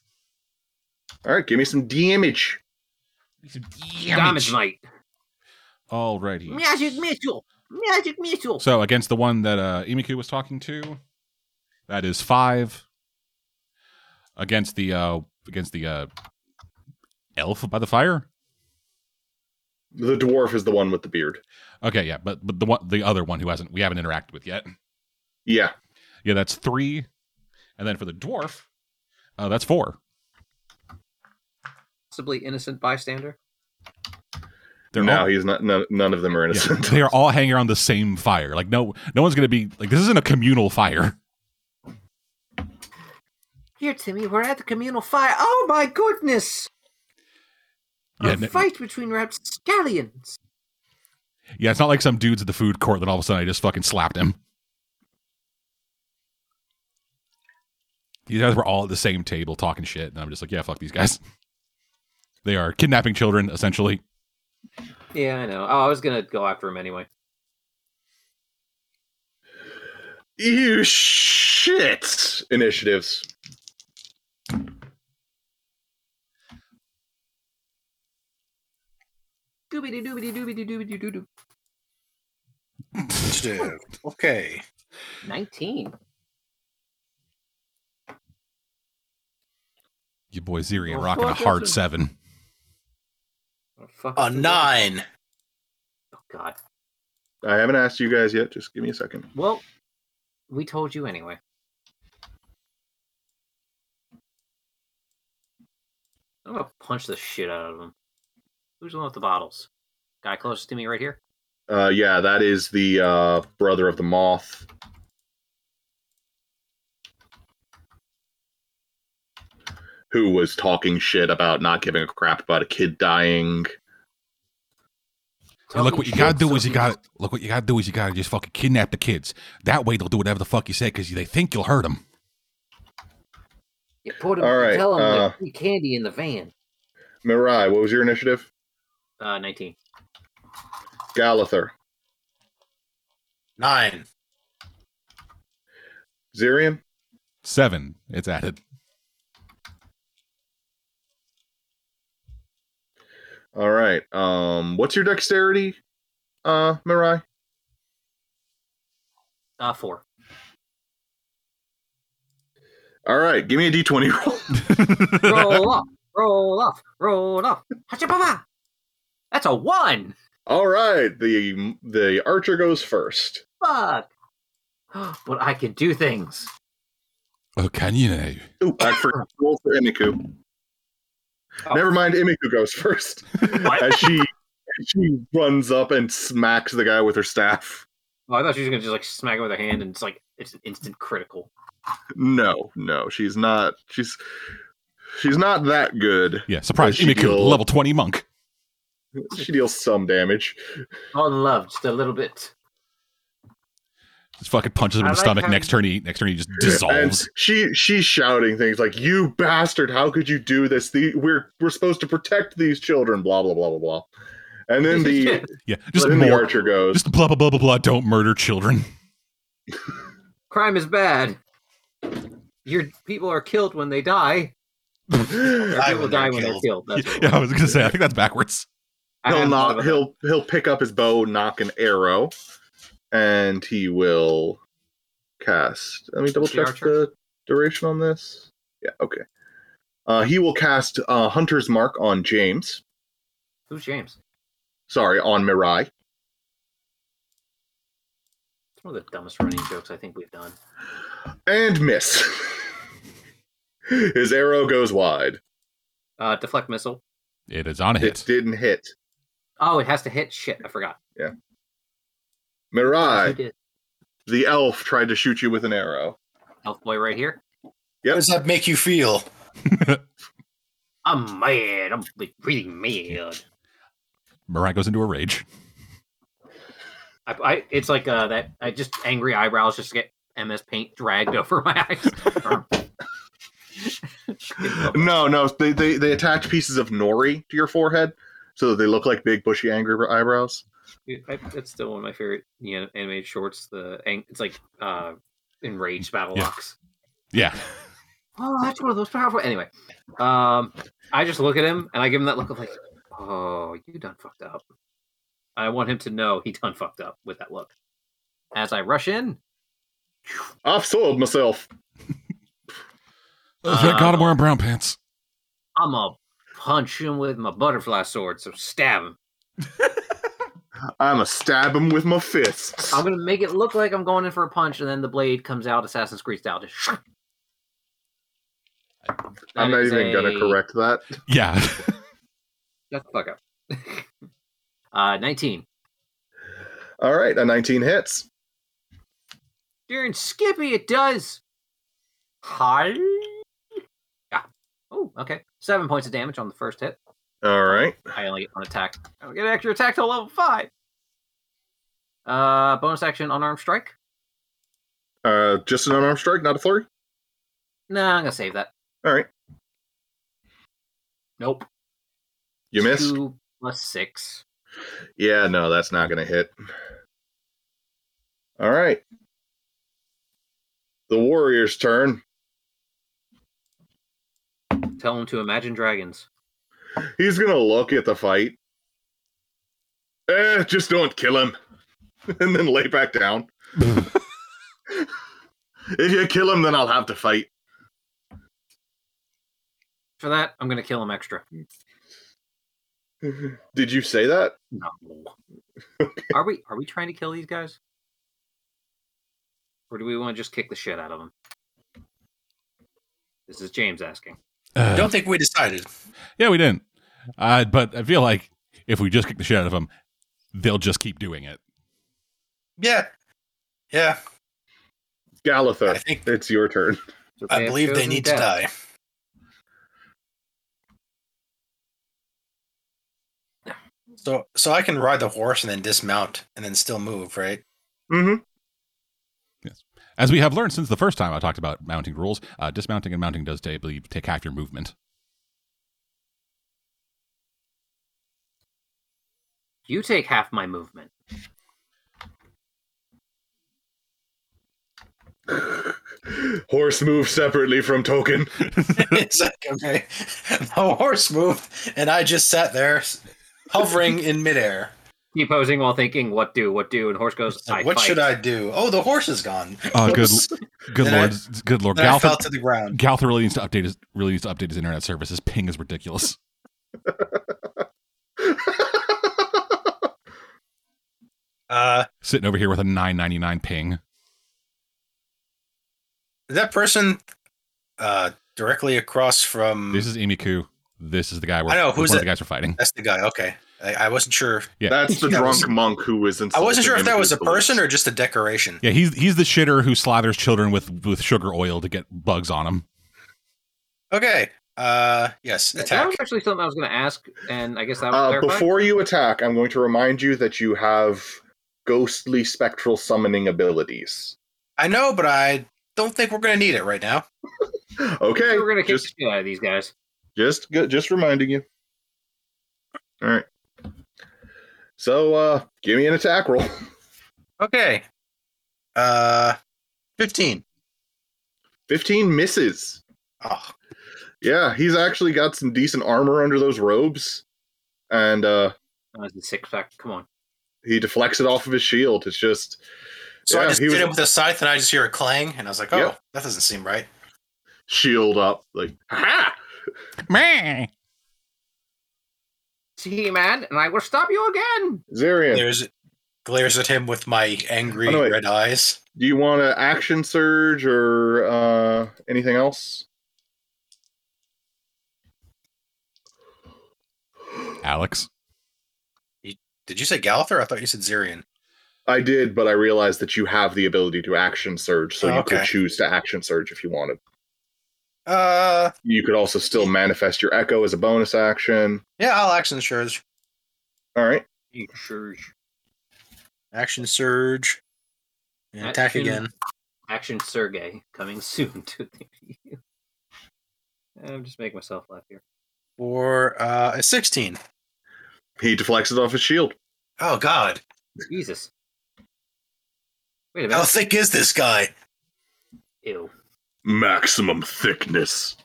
A: All right, give me some damage.
C: Damage Knight.
E: All righty.
C: Magic missile. Magic missile.
E: So against the one that uh, Imiku was talking to, that is five. Against the uh, against the uh, elf by the fire.
A: The dwarf is the one with the beard.
E: Okay, yeah, but but the one the other one who hasn't we haven't interacted with yet.
A: Yeah.
E: Yeah, that's three, and then for the dwarf, uh, that's four.
C: Possibly innocent bystander.
E: They're
A: no,
E: all,
A: he's not. None, none of them are
E: yeah,
A: innocent.
E: they are all hanging around the same fire. Like no no one's gonna be like this isn't a communal fire.
C: Here, Timmy, we're at the communal fire. Oh my goodness!
E: Yeah,
C: a
E: no-
C: fight between rapscallions.
E: Yeah, it's not like some dudes at the food court that all of a sudden I just fucking slapped him. These guys were all at the same table talking shit, and I'm just like, yeah, fuck these guys. They are kidnapping children, essentially.
C: Yeah, I know. Oh, I was gonna go after him anyway.
A: You shit! Initiatives.
C: Doobity doobity doobity doobity doo doo.
D: Two. Okay.
C: Nineteen.
E: Your boy Zirian
C: Well,
E: rocking a
C: fuck,
E: hard
C: that's a-
E: seven.
C: Oh, fuck
D: A
C: is the-
D: nine.
C: Oh, God.
A: I haven't asked you guys yet. Just give me a second.
C: Well, we told you anyway. I'm gonna punch the shit out of him. Who's the one with the bottles? Guy closest to me right here.
A: Uh, yeah, that is the uh, brother of the moth. Who was talking shit about not giving a crap about a kid dying?
E: And look what you gotta do is you gotta look what you gotta do is you gotta just fucking kidnap the kids. That way they'll do whatever the fuck you say because they think you'll hurt them.
C: Yeah, put him.
A: All right,
C: tell him
A: uh,
C: there's free candy in the van.
A: Mirai, what was your initiative?
C: Uh, 19.
A: Galather.
D: Nine.
A: Zirian?
E: Seven, it's added.
A: All right. Um, what's your dexterity, uh, Mirai?
C: Uh, four.
A: All right, give me a d20 roll.
C: Roll off. Roll off. Roll off. Hachapapa. That's a one.
A: All right, the the archer goes first.
C: Fuck. But I can do things.
E: oh, can you now?
A: Ooh, I forgot to roll for Imiku.
C: Oh.
A: Never mind, Imiku goes first
C: What?
A: as she as she runs up and smacks the guy with her staff.
C: Oh, I thought she was gonna just like smack it with her hand, and it's like it's an instant critical.
A: No, no, she's not. She's she's not that good.
E: Yeah, surprise.
A: She
E: Imiku,
A: will.
E: level 20 monk.
A: She deals some damage.
C: Unloved, just a little bit.
E: Just fucking punches him
C: I
E: in the
C: like
E: stomach.
C: how-
E: Next turn he next turn he just
A: And
E: dissolves.
A: she she's shouting things like, "You bastard! How could you do this? The, we're we're supposed to protect these children." Blah blah blah blah blah. And then the
E: Yeah. Just
A: then the
E: more
A: archer goes.
E: just blah blah blah blah blah. Don't murder children.
C: Crime is bad. Your people are killed when they die. Your
D: Die
C: people
D: when
C: die
D: they're
C: when they're killed.
D: killed.
C: That's what it
E: Yeah, I
C: was.
E: was gonna say, I think that's backwards.
C: I
A: he'll
C: hadn't thought
A: knock
C: about that.
A: he'll he'll pick up his bow knock an arrow and he will cast let me double
C: The
A: check
C: archer?
A: the duration on this yeah okay uh, he will cast uh, hunter's mark on james
C: Who's James?
A: sorry on mirai
C: It's one of the dumbest running jokes I think we've done.
A: and miss his arrow goes wide
C: Uh, deflect missile.
E: It is on a
A: it
E: hit.
A: didn't hit
C: Oh, it has to hit. Shit, I forgot. Who
A: mirai
C: did?
A: the elf tried to shoot you with an arrow
C: Elf boy right here.
A: Yep.
D: How does that make you feel?
C: I'm mad. I'm like, really mad.
E: Mirai goes into a rage.
C: I, I, it's like uh, that. I just angry eyebrows just get MS Paint dragged over my eyes.
A: no no they, they they attach pieces of nori to your forehead so that they look like big bushy angry eyebrows
C: Dude, I, that's still one of my favorite you know, animated shorts. The ang- it's like uh, enraged battle
E: Yeah.
C: locks.
E: Yeah.
C: Oh, that's one of those powerful. Anyway, um, I just look at him and I give him that look of like, oh, you done fucked up. I want him to know he done fucked up with that look. As I rush in,
A: I've soiled myself.
E: Oh, thank God I'm wearing brown pants.
C: I'm gonna punch him with my butterfly sword. So stab him.
A: I'm a stab him with my fists.
C: I'm gonna make it look like I'm going in for a punch, and then the blade comes out, Assassin's Creed style. Just
A: I'm
C: That
A: not
C: is
A: even gonna
C: a-
A: correct that.
E: Yeah.
C: Shut the fuck up. uh, 19.
A: All right, a 19 hits.
C: Darren Skippy, it does. Hi. Yeah. Oh, okay. Seven points of damage on the first hit.
A: All right.
C: I only get one attack. I don't get an extra attack till level five. Uh, bonus action, unarmed strike.
A: Uh, just an unarmed strike, not a flurry.
C: Nah, I'm gonna save that.
A: All right.
C: Nope.
A: You missed?
C: Two plus six.
A: Yeah, no, that's not gonna hit. All right. The warrior's turn.
C: Tell him to imagine dragons.
A: He's gonna look at the fight. Eh, just don't kill him. and then lay back down. if you kill him, then I'll have to fight.
C: for that, I'm gonna kill him extra.
A: Did you say that?
C: No. Are we are we trying to kill these guys? Or do we want to just kick the shit out of them? This is James asking.
D: I
E: Uh,
D: don't think we decided.
E: yeah, we didn't. Uh, but I feel like if we just kick the shit out of them, they'll just keep doing it.
D: Yeah. Yeah.
A: Galather,
C: Uh,
D: I think-
A: it's your turn.
C: So
D: I
C: have
D: believe they
C: chosen
D: need to
C: death.
D: die. So so I can ride the horse and then dismount and then still move, right?
A: Mm-hmm.
E: As we have learned since the first time I talked about mounting rules, uh, dismounting and mounting does take, I believe, take half your movement.
C: You take half my movement.
A: Horse moves separately from token.
D: it's like okay. The horse moved and I just sat there hovering in midair.
C: Keep posing while thinking, "What do? What do?" And horse goes,
D: So
C: I
D: what
C: fight.
D: should I do? Oh, the horse is gone.
E: Uh, good,
D: Oops.
E: good
D: Then I-
E: lord, good lord,
D: Then I fell
E: Galther,
D: to the ground.
E: Galther really needs to update his really needs to update his internet service. His ping is ridiculous.
D: Uh,
E: Sitting over here with a 999 ping.
D: is that person uh, directly across from?
E: This is Amy Ku. This is the guy. We're,
D: Mm. I know,
E: this
D: who's
E: one of
D: it?
E: the guys we're fighting.
D: That's the guy. Okay, I, I wasn't sure.
A: That's the
D: That was-
A: drunk monk who was
D: I
A: insulting
D: wasn't sure if that was a
A: Imgu's beliefs.
D: person or just a decoration.
E: Yeah, he's he's the shitter who slathers children with with sugar oil to get bugs on him.
D: Okay. Uh, yes,
C: That
D: attack.
C: was actually something I was going to ask, and I guess that would
A: Uh,
C: clarify.
A: before you attack, I'm going to remind you that you have ghostly spectral summoning abilities.
D: I know, but I don't think we're gonna need it right now.
A: Okay,
C: We're going to kick
A: just
C: the shit out of these guys.
A: just ju- just reminding you. All right. So, uh, give me an attack roll.
D: Okay. Uh, fifteen.
A: 15 misses.
D: Oh,
A: Yeah, he's actually got some decent armor under those robes, and uh,
C: That was the six pack. Come on.
A: he deflects it off of his shield. It's just
D: so I
A: Yeah,
D: just
A: he
D: did
A: was-
D: it with a scythe, and I just hear a clang, and I was like, "Oh,
A: Yep.
D: that doesn't seem right."
A: shield up, like ha.
B: Meh.
C: See, man, and I will stop you again.
A: Zarian,
D: There's glares at him with my angry
A: Oh, no, wait.
D: red eyes.
A: do you want an action surge or uh, anything else?
E: Alex,
D: Did you say Galather? I thought you said Zirian.
A: I did, but I realized that you have the ability to action surge, so
D: Oh,
A: you could
D: okay.
A: choose to action surge if you wanted.
D: Uh,
A: You could also still manifest your echo as a bonus action.
D: yeah, I'll action surge.
A: All right.
C: You sure.
D: Action surge. And attack
C: Action.
D: again.
C: Action Sergey coming soon to the EU. I'm just making myself laugh here.
D: Or uh, a 16.
A: He deflects it off his shield.
D: Oh, God.
C: Jesus. Wait a minute.
D: How thick is this guy?
C: Ew.
A: Maximum thickness.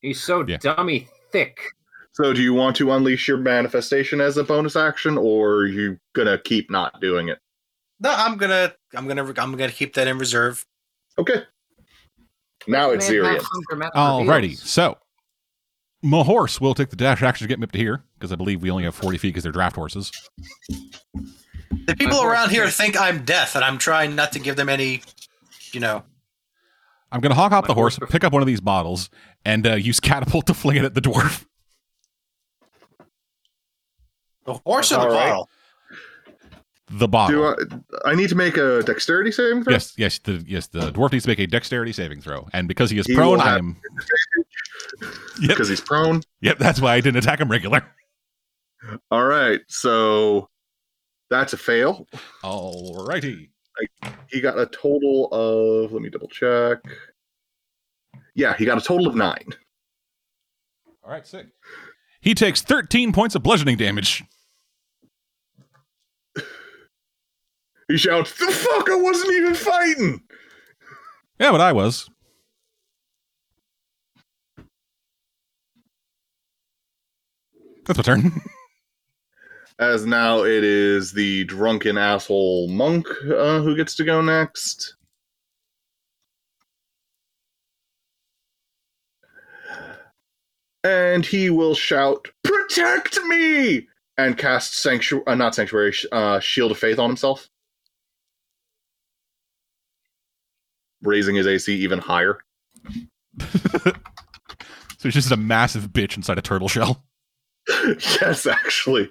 C: He's so
E: Yeah.
C: dummy thick.
A: So, do you want to unleash your manifestation as a bonus action, or are you gonna keep not doing it?
D: No, I'm gonna, I'm gonna, I'm gonna keep that in reserve.
A: Okay. Now it's
C: Man, have
A: Zerion.
C: some dramatic
E: alrighty.
C: reveals.
E: So, my horse will take the dash action to get me up to here because I believe we only have 40 feet because they're draft horses.
D: The people
C: My horse
D: around here
C: is-
D: think I'm deaf, and I'm trying not to give them any, you know.
E: I'm gonna hawk hop
C: My
E: the horse,
C: horse-
E: pick up one of these bottles, and uh, use catapult to fling it at the dwarf.
D: The horse or the
A: All right.
D: bottle.
E: The bottle.
A: Do I, I need to make a dexterity saving throw?
E: Yes, yes, the yes, the dwarf needs to make a dexterity saving throw, and because he is
A: He
E: prone,
A: will
E: I
A: have-
E: am. yep,
A: Because he's prone.
E: yep, that's why I didn't attack him regular.
A: All right. So that's a fail.
E: Alrighty,
A: He got a total of, let me double check. Yeah, he got a total of nine.
E: all right, sick. He takes thirteen points of bludgeoning damage.
A: He shouts, The fuck, I wasn't even fighting.
E: Yeah, but I was. That's my turn.
A: As now it is the drunken asshole monk uh, who gets to go next. and he will shout, "Protect me!" and cast sanctuary, uh, not sanctuary, sh- uh, shield of faith on himself, raising his AC even higher.
E: So he's just a massive bitch inside a turtle shell.
A: yes, actually,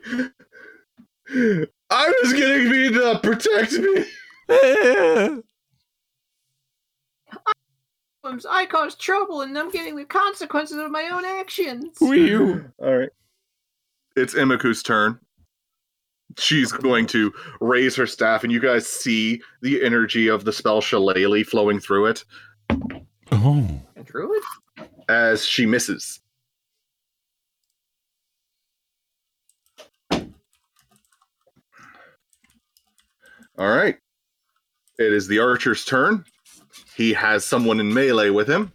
A: I was getting me to protect me.
E: Oh.
C: I cause trouble, and I'm getting the consequences of my own actions.
A: All right. It's Imaku's turn. She's going to raise her staff, and you guys see the energy of the spell Shillelagh flowing through it
E: Oh.
C: A druid?
A: as she misses. All right. It is the archer's turn. He has someone in melee with him.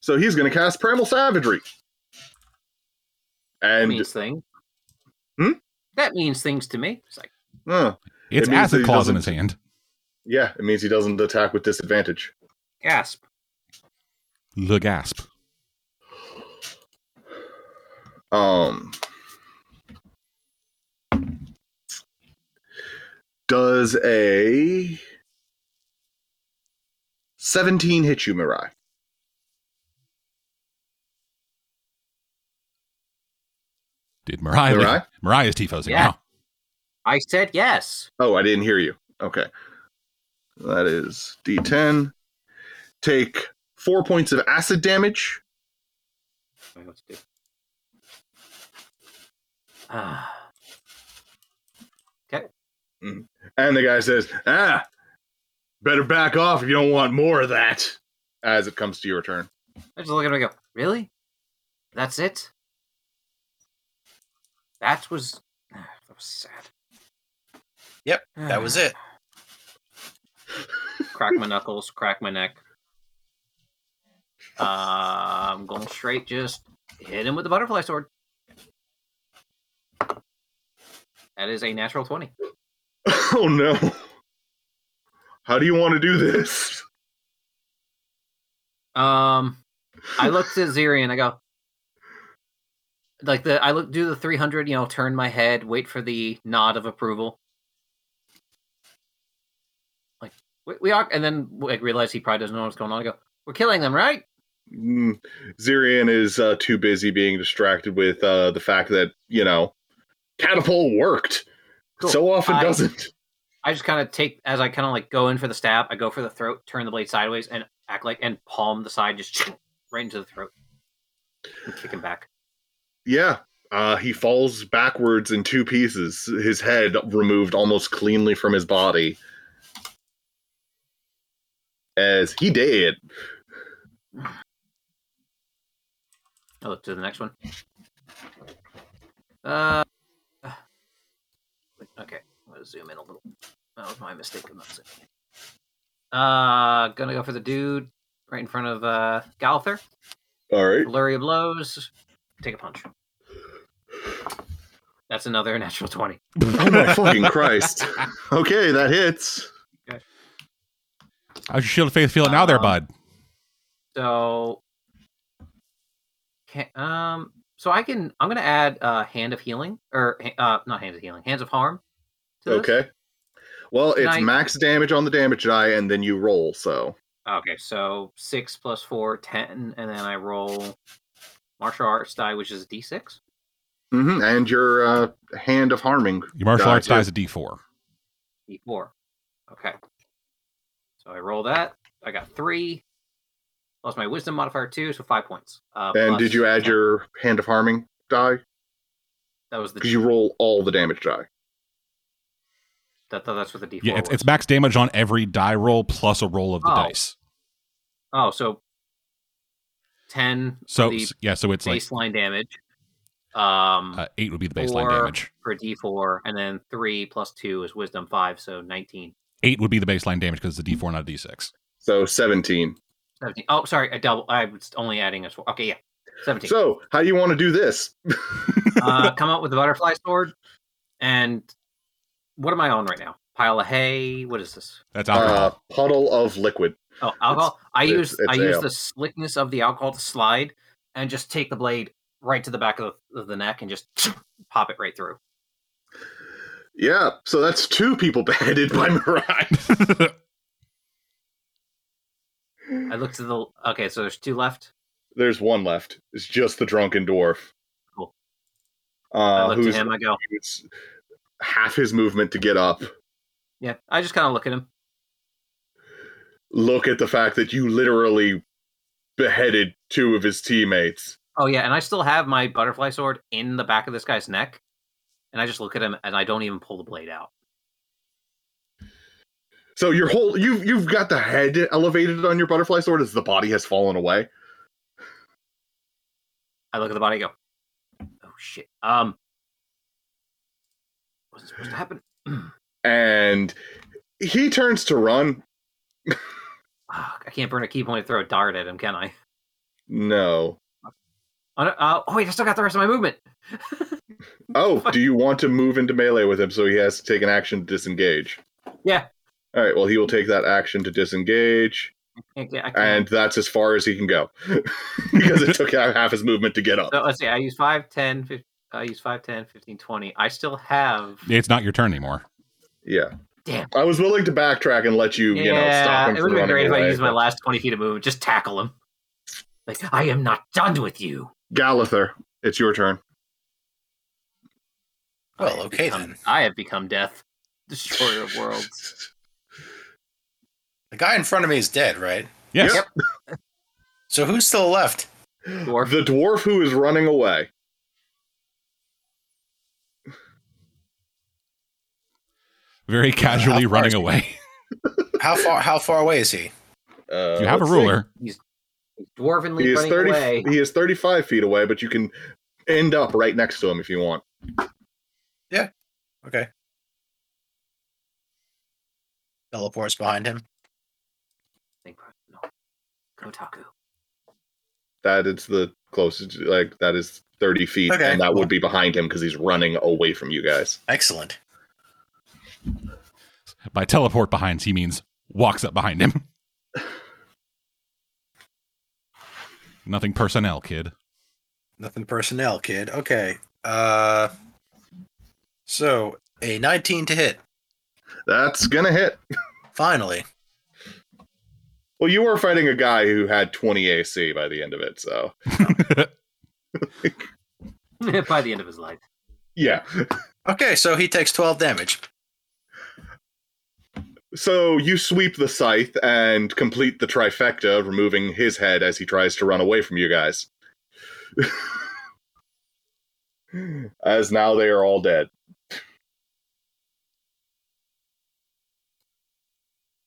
A: So he's going to cast Primal Savagery.
C: That
A: And
C: means things.
A: Hmm?
C: That means things to me. It's like,
A: uh,
E: It's
A: It means that
E: acid
A: he
E: claws in his
A: doesn't-
E: hand.
A: yeah, it means he doesn't attack with disadvantage.
C: gasp.
E: Le gasp.
A: Um, does a 17 hit you, Mirai?
E: Did Mariah
A: Mariah?
E: Mariah? Mariah's tifosing
C: Yeah.
E: now.
C: I said yes.
A: Oh, I didn't hear you. Okay. That is D10. Take four points of acid damage.
C: Wait, what's it do? Ah,
A: And the guy says, ah, better back off if you don't want more of that. As it comes to your turn.
C: I just look at him and go, really? That's it? That was. That was sad.
D: Yep, That
C: Hmm.
D: was it.
C: crack my knuckles, crack my neck. Uh, I'm going straight, just hit him with the butterfly sword. That is a natural 20.
A: Oh no. How do you want to do this?
C: Um, I looked at Ziri and I go, like the I look do the 300, you know, turn my head, wait for the nod of approval. Like we, we are, and then like realize he probably doesn't know what's going on. I go, we're killing them, right?
A: Mm, Zirian is uh, too busy being distracted with uh, the fact that you know catapult worked.
C: Cool.
A: So often
C: I-
A: doesn't.
C: I just kind of take as I kind of like go in for the stab. I go for the throat, turn the blade sideways, and act like and palm the side just right into the throat, and kick him back.
A: Yeah, uh, he falls backwards in two pieces. His head removed almost cleanly from his body. As he did.
C: I look to the next one. Uh, okay, I'm gonna zoom in a little. That was my mistake of not zooming in. Uh, gonna go for the dude right in front of uh Galther.
A: All right.
C: Flurry of blows. Take a punch. That's another natural twenty.
A: Oh my fucking Christ. Okay, that hits.
E: How's your shield of faith feeling now, there,
C: Um,
A: Uh-huh.
E: bud?
C: So, can, um, so I can. I'm gonna add uh, hand of healing or uh, not hand of healing, hands of harm. to this.
A: Okay. Well,
C: Can
A: it's
C: I-
A: max damage on the damage die, and then you roll. So
C: Okay. So six plus four, ten, and then I roll martial arts die, which is a d6.
A: hmm
C: Mm-hmm.
A: and your uh, hand of harming
E: Your martial
A: die,
E: arts
A: too.
E: die is a D4.
C: D4. Okay. So I roll that. I got three. Plus my wisdom modifier two, so five points. Uh,
A: And
C: plus-
A: did you add your hand of harming die?
C: That was the.
A: Because you roll all the damage die.
C: that, that's what the D4
E: Yeah, it's,
C: was.
E: it's max damage on every die roll plus a roll of the
C: Oh.
E: dice.
C: oh, so ten.
E: So
C: the
E: s- yeah, so it's like
C: baseline damage. Um,
E: uh, eight would be the baseline
C: Four.
E: damage.
C: for D four, and then three plus two is wisdom five, so 19.
E: Eight would be the baseline damage because it's a D4, not a D6.
A: So 17.
C: 17. Oh, sorry, I double. I was only adding a four. Okay, yeah, seventeen.
A: So, how you want to do this?
C: uh, come out with the butterfly sword, and what am I on right now? Pile of hay. What is this?
E: That's
A: Uh,
E: alcohol.
A: puddle of liquid.
C: Oh, alcohol. I
A: it's-
C: use
A: it's
C: I use
A: ale.
C: the slickness of the alcohol to slide and just take the blade right to the back of the, of the neck and just pop it right through.
A: Yeah, so that's two people beheaded by Mirai.
C: I look to the okay, so there's two left.
A: There's one left. It's just the drunken dwarf.
C: Cool. I
A: Uh,
C: look to
A: who's
C: him. I go,
A: used half his movement to get up.
C: yeah. I just kind of look at him.
A: Look at the fact that you literally beheaded two of his teammates.
C: Oh yeah, and I still have my butterfly sword in the back of this guy's neck, and I just look at him and I don't even pull the blade out.
A: So your whole you've you've got the head elevated on your butterfly sword as the body has fallen away.
C: I look at the body. and go, oh shit. Um, wasn't supposed to happen.
A: And he turns to run.
C: Ah, I can't burn a key point to throw a dart at him, can I?
A: No.
C: Oh, no, uh, oh wait, I still got the rest of my movement.
A: Oh, do you want to move into melee with him so he has to take an action to disengage?
C: Yeah.
A: All right, well, he will take that action to disengage,
C: I can't- I can't-
A: and that's as far as he can go because it took out half his movement to get up.
C: So let's see. I use 5, 10, 15, I use 5, 10, 15, 20. I still have.
E: It's not your turn anymore.
A: Yeah.
C: Damn.
A: I was willing to backtrack and let you, you know, stop him
C: it
A: from
C: would have been
A: running
C: great if
A: away,
C: I used my
A: but-
C: last 20 feet of movement. Just tackle him. Like, I am not done with you.
A: Galather, it's your turn.
C: I
D: Well,
C: have
D: okay
C: become-
D: then.
C: Um, I have become death, destroyer of worlds.
D: The guy in front of me is dead, right?
E: Yes.
A: Yep.
D: So who's still left?
C: Dwarf.
A: The dwarf who is running away.
E: Very casually
D: How far
E: running
D: is-
E: away.
D: How far? How far away is he?
A: Uh,
E: If you have a
A: let's see.
E: ruler.
C: Dwarvenly
A: He is
C: running
A: thirty.
C: away.
A: He is thirty-five feet away, but you can end up right next to him if you want.
D: Okay. Teleports behind him.
C: Think- no. Kotaku.
A: That is the closest. Like that is thirty feet,
D: Okay,
A: and that
D: cool.
A: would be behind him because he's running away from you guys.
D: Excellent.
E: By teleport behind, he means walks up behind him. Nothing personnel, kid.
D: Nothing personnel, kid. Okay. Uh. So a 19 to hit.
A: That's gonna hit.
D: Finally.
A: Well, you were fighting a guy who had twenty AC by the end of it, so
C: By the end of his life.
A: yeah.
D: Okay, so he takes 12 damage.
A: So you sweep the scythe and complete the trifecta, of removing his head as he tries to run away from you guys. as now they are all dead.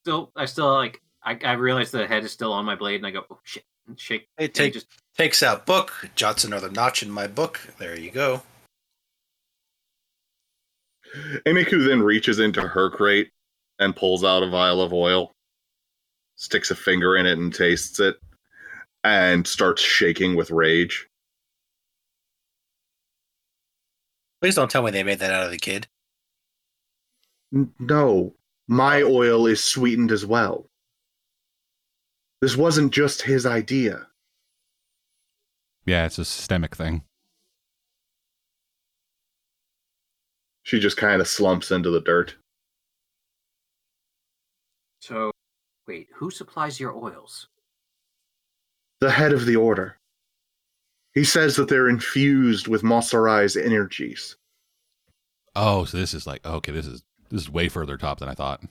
C: Still, I still like. I, I realize the head is still on my blade, and I go, oh, shit, and shake.
D: Hey,
C: and
D: take
C: just
D: takes out book, jots another notch in my book. There you go.
A: Imiku then reaches into her crate and pulls out a vial of oil, sticks a finger in it and tastes it, and starts shaking with rage.
D: Please don't tell me they made that out of the kid.
A: N- No, my oil is sweetened as well. This wasn't just his idea.
E: Yeah, it's a systemic thing.
A: She just kind of slumps into the dirt.
C: so. Wait, who supplies your oils?
A: the head of the order. He says that they're infused with Mosarai's energies.
E: Oh, so this is like okay, this is this is way further top than I thought.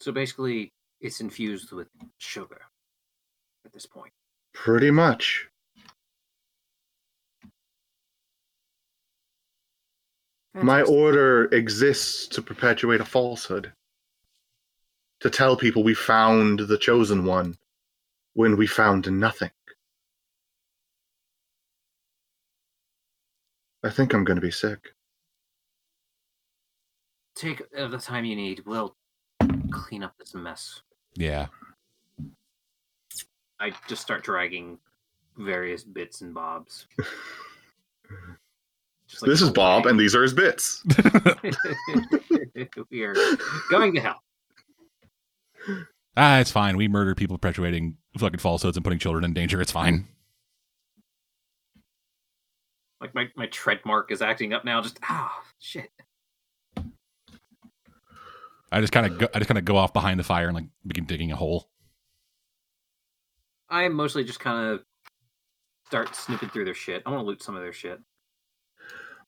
C: So basically, it's infused with sugar. At this point,
A: Pretty much. My
C: Fantastic.
A: order exists to perpetuate a falsehood. To tell people we found the chosen one when we found nothing. I think I'm going to be sick.
C: take uh, the time you need. We'll clean up this mess.
E: Yeah.
C: I just start dragging various bits and bobs. Just like
A: this is Bob,
C: away.
A: and these are his bits.
C: we are going to hell.
E: Ah, it's fine. We murdered people perpetuating fucking falsehoods and putting children in danger. It's fine.
C: Like my my trademark is acting up now. Just ah shit.
E: I just kind of I just kind of go off behind the fire and like begin digging a hole.
C: I mostly just kind of start snipping through their shit. I want to loot some of their shit.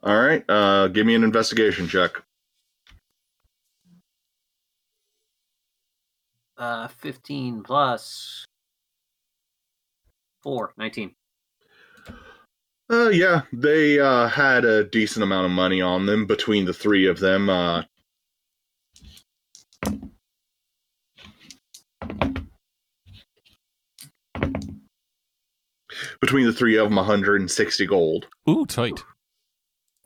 A: All right. Uh, give me an investigation check.
C: Uh, 15 plus 4, 19.
A: Uh, yeah, they uh, had a decent amount of money on them between the three of them. Uh, between the three of them, 160 gold.
E: Ooh, tight.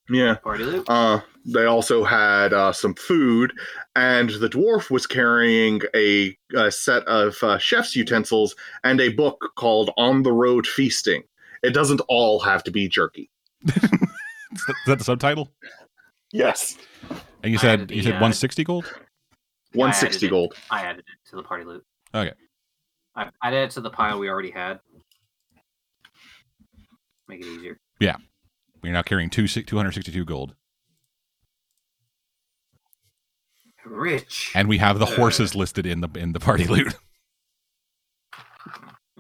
A: Yeah.
C: Party loot.
A: Uh, they also had uh, some food, and the dwarf was carrying a, a set of uh, chef's utensils and a book called On the Road Feasting. It doesn't all have to be jerky.
E: Is that- is that the subtitle?
A: Yes.
E: And you
C: I
E: said
C: added
E: you
C: the,
E: said
C: uh,
E: 160 gold.
A: 160
C: I added it.
A: gold.
C: I added it to the party loot.
E: Okay.
C: I I added it to the pile we already had. Make it easier.
E: We're now carrying two si- 262 gold,
C: Rich.
E: and we have
A: Uh.
E: the horses listed in the in the party loot.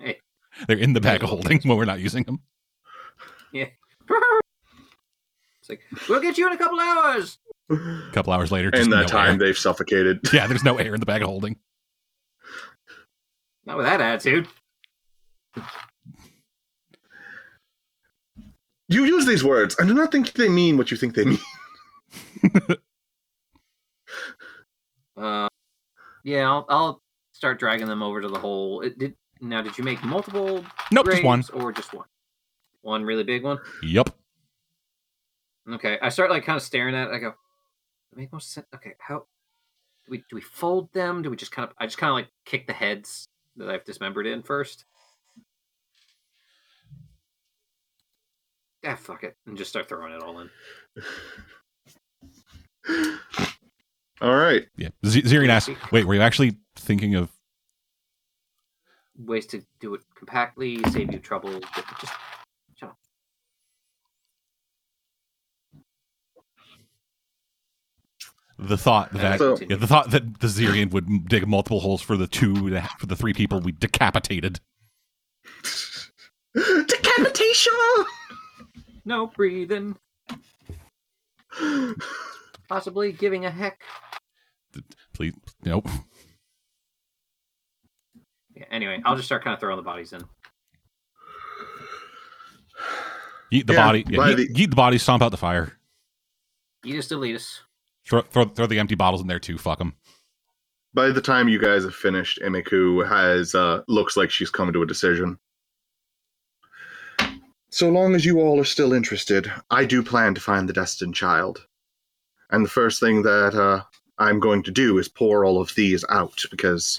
C: Hey.
E: They're in the bag of holding when we're not using them.
C: It's like, we'll get you in a couple hours.
E: A couple hours later, just
A: In that
E: no
A: time,
E: air.
A: they've suffocated.
E: yeah, there's no air in the bag of holding.
C: Not with that attitude.
A: You use these words. I do not think they mean what you think they mean.
C: Uh, yeah, I'll, I'll start dragging them over to the hole. It did. Now, did you make multiple
E: Nope, Oh, just one.
C: graves or just one? One really big one.
E: Yup.
C: Okay, I start like kind of staring at. it. I go, "Does it make more sense. Okay, how do we do we fold them? Do we just kind of? I just kind of like kick the heads that I've dismembered in first. Ah, fuck it, and just start throwing it all in.
A: All right.
E: Yeah. Z- Zirian asks, "Wait, were you actually thinking of
C: Ways to do it compactly, save you trouble. but Just
E: the thought that
A: So-
E: yeah, the thought that the Zirian would dig multiple holes for the two and a half- for the three people we decapitated?"
A: Decapitation!
C: no breathing, possibly giving a heck.
E: Please, nope.
C: Yeah, anyway, I'll just start kind of throwing the bodies in.
E: Eat the
A: Yeah,
E: body. Yeah,
A: by
E: eat,
A: the-
E: eat the body. Stomp out the fire.
C: You just delete us.
E: Throw, throw throw the empty bottles in there too. Fuck them.
A: By the time you guys have finished, Imiku has uh, looks like she's come to a decision. So long as you all are still interested, I do plan to find the destined child. And the first thing that uh, I'm going to do is pour all of these out because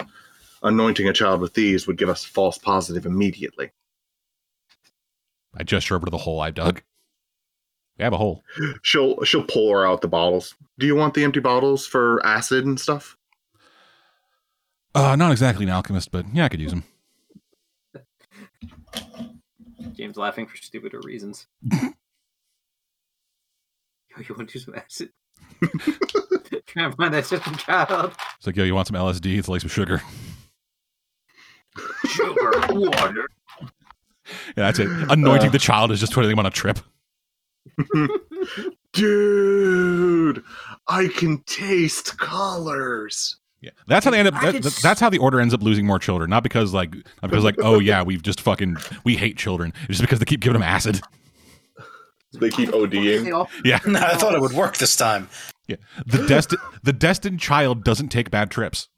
A: anointing a child with these would give us a false positive immediately.
E: I gesture over to the hole I dug. I have a hole.
A: She'll she'll pour out the bottles. Do you want the empty bottles for acid and stuff?
E: Uh, not exactly an alchemist, but yeah, I could use them.
C: James laughing for stupider reasons. Yo, you want to do some acid? Trying to find that system child.
E: It's like, yo, you want some LSD? It's like some sugar.
C: Sugar, water.
E: Yeah, that's it.
C: Uh.
E: Anointing the child is just putting them on a trip.
A: Dude, I can taste colors.
E: Yeah, that's how they end up.
C: I
E: That,
C: could
E: that-
C: s-
E: that's how the order ends up losing more children. Not because like, not because like, oh yeah, we've just fucking we hate children. It's just because they keep giving them acid.
A: They keep
C: They
A: ODing.
C: all-
E: Yeah,
D: I thought it would work this time.
E: yeah. The destined the destined child doesn't take bad trips.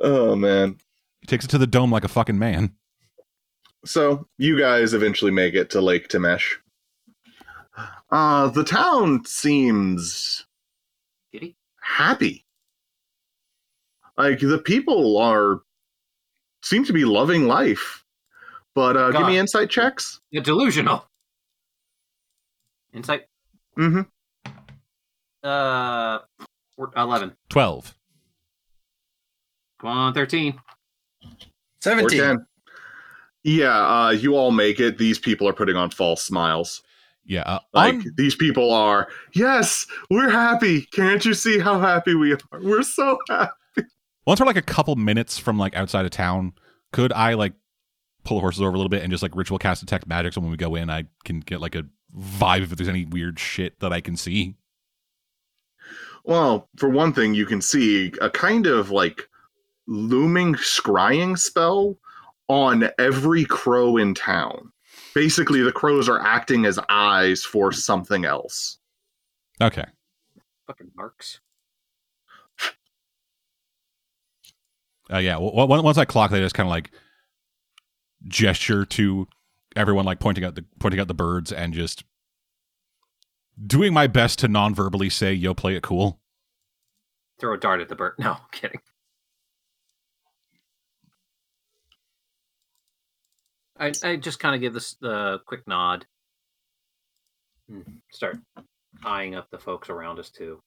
A: Oh man.
E: He takes it to the dome like a fucking man.
A: So you guys eventually make it to Lake Temesh. Uh the town seems
C: Kitty?
A: happy. Like the people are seem to be loving life. But uh give
C: God.
A: me insight checks.
C: You're delusional. Insight.
A: Mm-hmm.
C: Uh, four- eleven.
E: Twelve.
C: Come on, thirteen.
A: Or
D: Seventeen.
A: ten. yeah, uh, you all make it. These people are putting on false smiles.
E: Yeah. Uh,
A: Like
E: on-
A: these people are. Yes, we're happy. Can't you see how happy we are? We're so happy.
E: once we're like a couple minutes from like outside of town, could I like pull horses over a little bit and just like ritual cast detect magic so when we go in, I can get like a vibe if there's any weird shit that I can see.
A: Well, for one thing, you can see a kind of like looming scrying spell on every crow in town. Basically, the crows are acting as eyes for something else.
E: Okay.
C: Fucking marks.
E: Uh, yeah. Well, on- once I clock, they just kind of like gesture to everyone, like pointing out the pointing out the birds and just doing my best to non-verbally say, "Yo, play it cool."
C: Throw a dart at the bird. No, I'm kidding. I, I just kind of give this the quick nod. and Start eyeing up the folks around us too.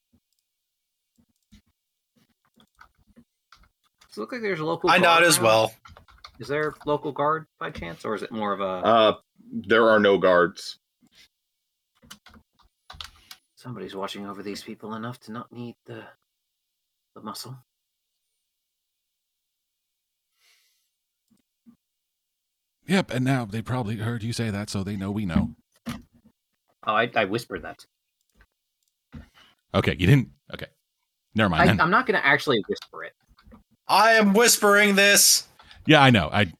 C: Does it look like there's a local.
D: I
C: guard
D: nod as
C: around?
D: well.
C: Is there a local guard by chance, or is it more of a
A: Uh, there are no guards.
C: somebody's watching over these people enough to not need the the muscle?
E: Yep. And now they probably heard you say that, so they know we know.
C: Oh, I, I whispered that.
E: Okay, you didn't. Okay, never mind.
C: I,
E: then.
C: I'm not going to actually whisper it.
D: I am whispering this.
E: Yeah, I know. I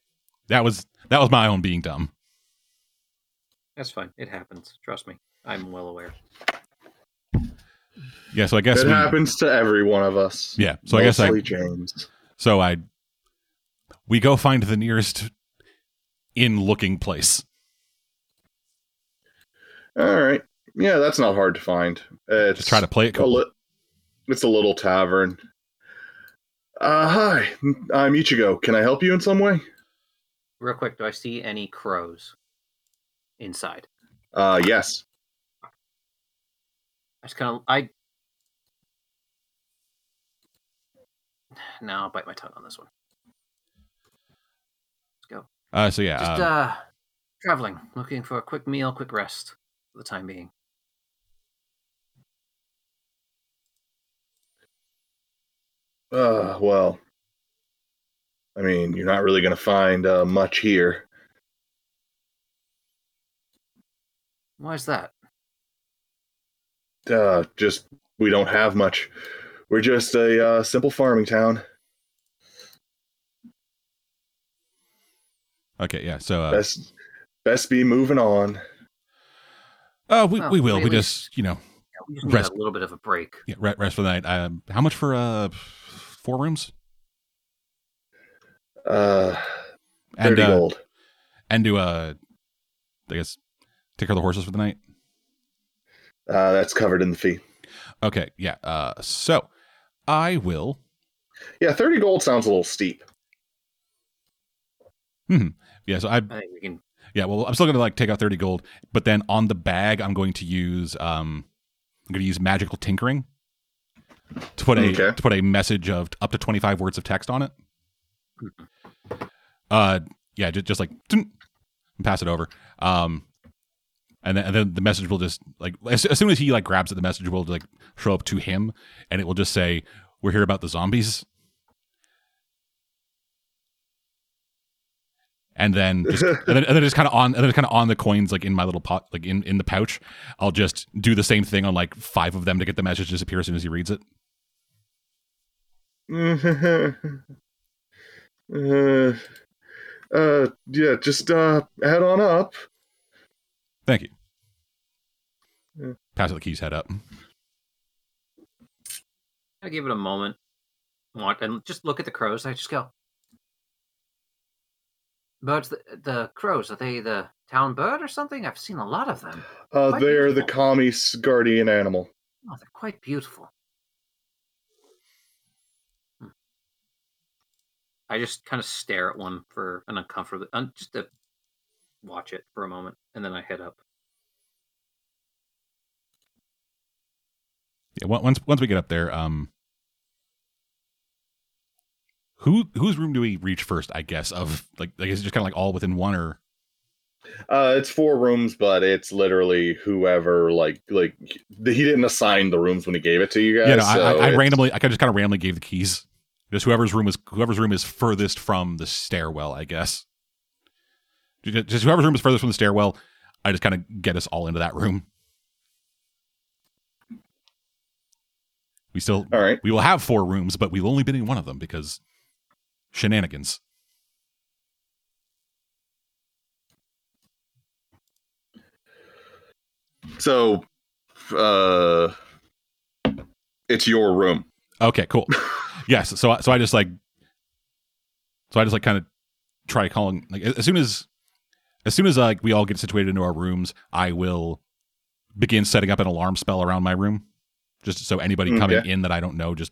E: that was that was my own being dumb.
C: That's fine. It happens. Trust me. I'm well aware.
E: Yeah, so I guess
A: It
E: we,
A: happens to every one of us.
E: Yeah, so I guess I
A: Mostly James.
E: so I we go find the nearest in looking place.
A: All right. Yeah, that's not hard to find. It's
E: Just try to play it
A: a
E: cool.
A: li- it's a little tavern. Uh, hi, I'm Ichigo. Can I help you in some way?
C: Real quick, do I see any crows inside?
A: Uh, yes.
C: I just kind of I. No, I'll bite my tongue on this one.
E: Uh, so yeah,
C: Just
E: um,
C: uh, traveling, looking for a quick meal, quick rest for the time being.
A: Uh, well, I mean, you're not really going to find uh, much here.
C: Why is that?
A: Uh, just we don't have much. We're just a uh, simple farming town.
E: okay, yeah. So uh,
A: Best, best be moving on.
E: oh, we,
C: Well,
E: we will.
C: at
E: We
C: least-
E: just you know
C: Yeah, we just need
E: Rest.
C: a little bit of a break.
E: yeah, re- rest for the night. Um, how much for uh four rooms
A: Uh,
E: and
A: thirty
E: uh,
A: gold.
E: and do uh I guess take care of the horses for the night.
A: Uh, that's covered in the fee.
E: Okay, yeah. Uh, so I will
A: Yeah, thirty gold sounds a little steep.
E: yeah. So I
C: I think we can.
E: Yeah, well, I'm still gonna like take out 30 gold, but then on the bag, I'm going to use um, I'm gonna use magical tinkering to put a
A: Okay.
E: to put a message of up to 25 words of text on it. Uh, yeah, just, just like "Tink," and pass it over. Um, and then, and then the message will just like as, as soon as he like grabs it, the message will like show up to him, and it will just say, "We're here about the zombies." And then just and then, and then just kind of on and then kind of on the coins like in my little pot like in in the pouch i'll just do the same thing on like five of them to get the message to disappear as soon as he reads it
A: uh, uh, yeah, just uh, head on up.
E: thank you
A: Yeah.
E: pass the keys head up
C: I give it a moment, want and just look at the crows. I just go. Birds, the, the crows are they the town bird or something? I've seen a lot of them.
A: Uh,
C: Why
A: they
C: do
A: are the
C: that?
A: commies' guardian animal.
C: Oh, they're quite beautiful. Hmm. I just kind of stare at one for an uncomfortable, un, just to watch it for a moment, and then I head up.
E: yeah on- once once we get up there um Who whose room do we reach first? I guess of like like is it just kind of like all within one or
A: Uh, it's four rooms, but it's literally whoever like like the, he didn't assign the rooms when he gave it to you guys.
E: yeah? No, I,
A: so
E: I, I
A: it's-
E: randomly I kinda just kind of randomly gave the keys. Just whoever's room is whoever's room is furthest from the stairwell, I guess. Ju- ju- Just whoever's room is furthest from the stairwell, I just kind of get us all into that room. We still
A: All right.
E: we will have four rooms, but we've only been in one of them because shenanigans.
A: So, uh, it's your room.
E: Okay, cool. yes, so I- so I just like so I just like kind of try calling like as as soon as as soon as like we all get situated into our rooms, I will begin setting up an alarm spell around my room just so anybody
A: Mm,
E: coming in that I don't know just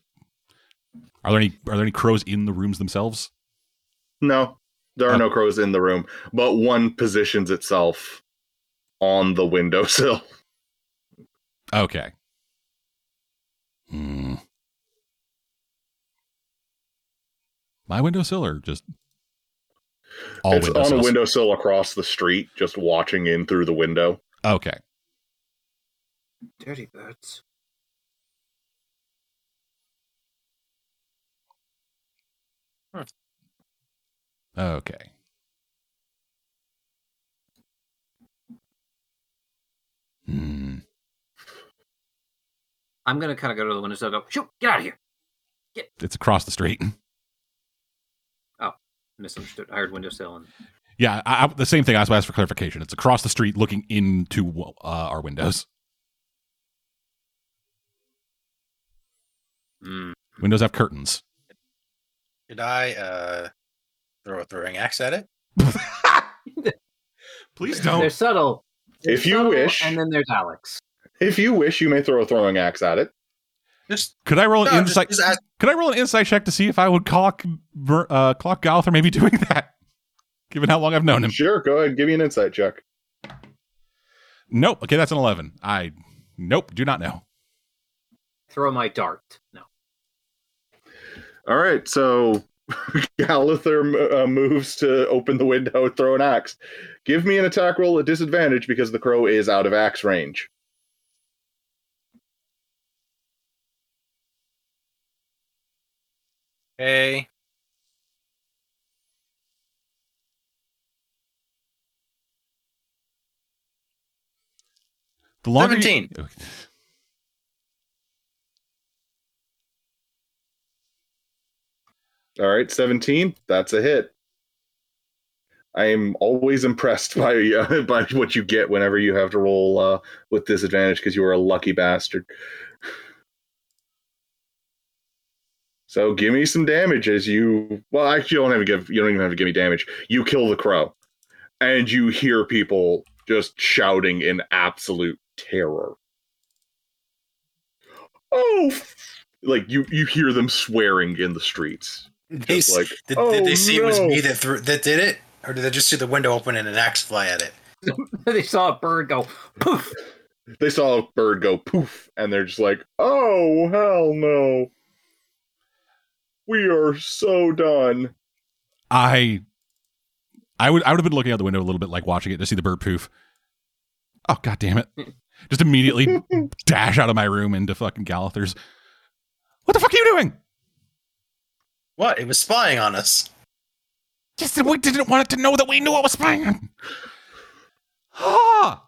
E: are there any are there any crows in the rooms themselves?
A: No, there are
E: Oh.
A: no crows in the room, but one positions itself on the windowsill.
E: Okay. Hmm. My windowsill or just all
A: it's on a
E: windowsills?
A: windowsill across the street, just watching in through the window.
E: Okay.
C: Dirty birds.
E: Okay. Hmm.
C: I'm gonna kind of go to the window so go, shoot, get out of here.
E: It's across the street.
C: Misunderstood. I heard windowsill and
E: Yeah, I, I, the same thing. I also asked for clarification. It's across the street, looking into uh, our windows.
C: mm,
E: Windows have curtains.
D: Did I uh, throw a throwing axe at it?
E: Please
C: they're subtle. They're
A: If you
C: subtle,
A: wish.
C: And then there's Alex.
A: If you wish, you may throw a throwing axe at it.
D: Just
E: Could I roll
D: no,
E: an
D: just-
E: insight?
D: just ask-
E: could I roll an insight check to see if I would clock Ver- uh, clock Goth or maybe doing that? Given how long I've known him.
A: Sure, go ahead. Give me an insight check.
E: Nope. Okay, that's an eleven. I nope. Do not know.
C: Throw my dart. No.
A: All right, so Gallither uh, moves to open the window, and throw an axe. Give me an attack roll at disadvantage because the crow is out of axe range.
D: Hey,
E: The longer you-
D: 17.
E: Okay.
A: All right, 17, that's a hit. I am always impressed by uh, by what you get whenever you have to roll uh, with disadvantage because you are a lucky bastard. So give me some damage as you. Well, actually, you don't have to give. You don't even have to give me damage. You kill the crow, and you hear people just shouting in absolute terror. Oh, f- like you you hear them swearing in the streets. Just
D: He's-
A: like
D: did,
A: oh,
D: did they see it was
A: no.
D: me that threw that did it, or did they just see the window open and an axe fly at it?
C: they saw a bird go poof.
A: they saw a bird go poof and they're just like oh hell no we are so done
E: I I would I would have been looking out the window a little bit like watching it to see the bird poof. Oh god damn it. Just immediately dash out of my room into fucking Galather's. What the fuck are you doing?
D: What? It was spying on us.
E: Yes, we didn't want it to know that we knew it was spying. on- Ah!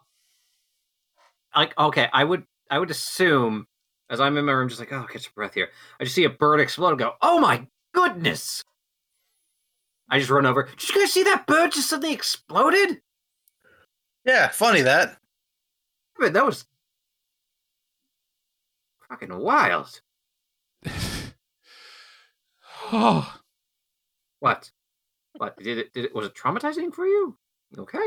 C: like okay, I would I would assume as I'm in my room, just like oh, catch some breath here. I just see a bird explode and go, oh my goodness! I just run over. Did you guys see that bird just suddenly exploded?
D: Yeah, funny that.
C: Man, that was fucking wild.
E: Ah.
C: What? What did it? Did it? Was it traumatizing for you? You Okay.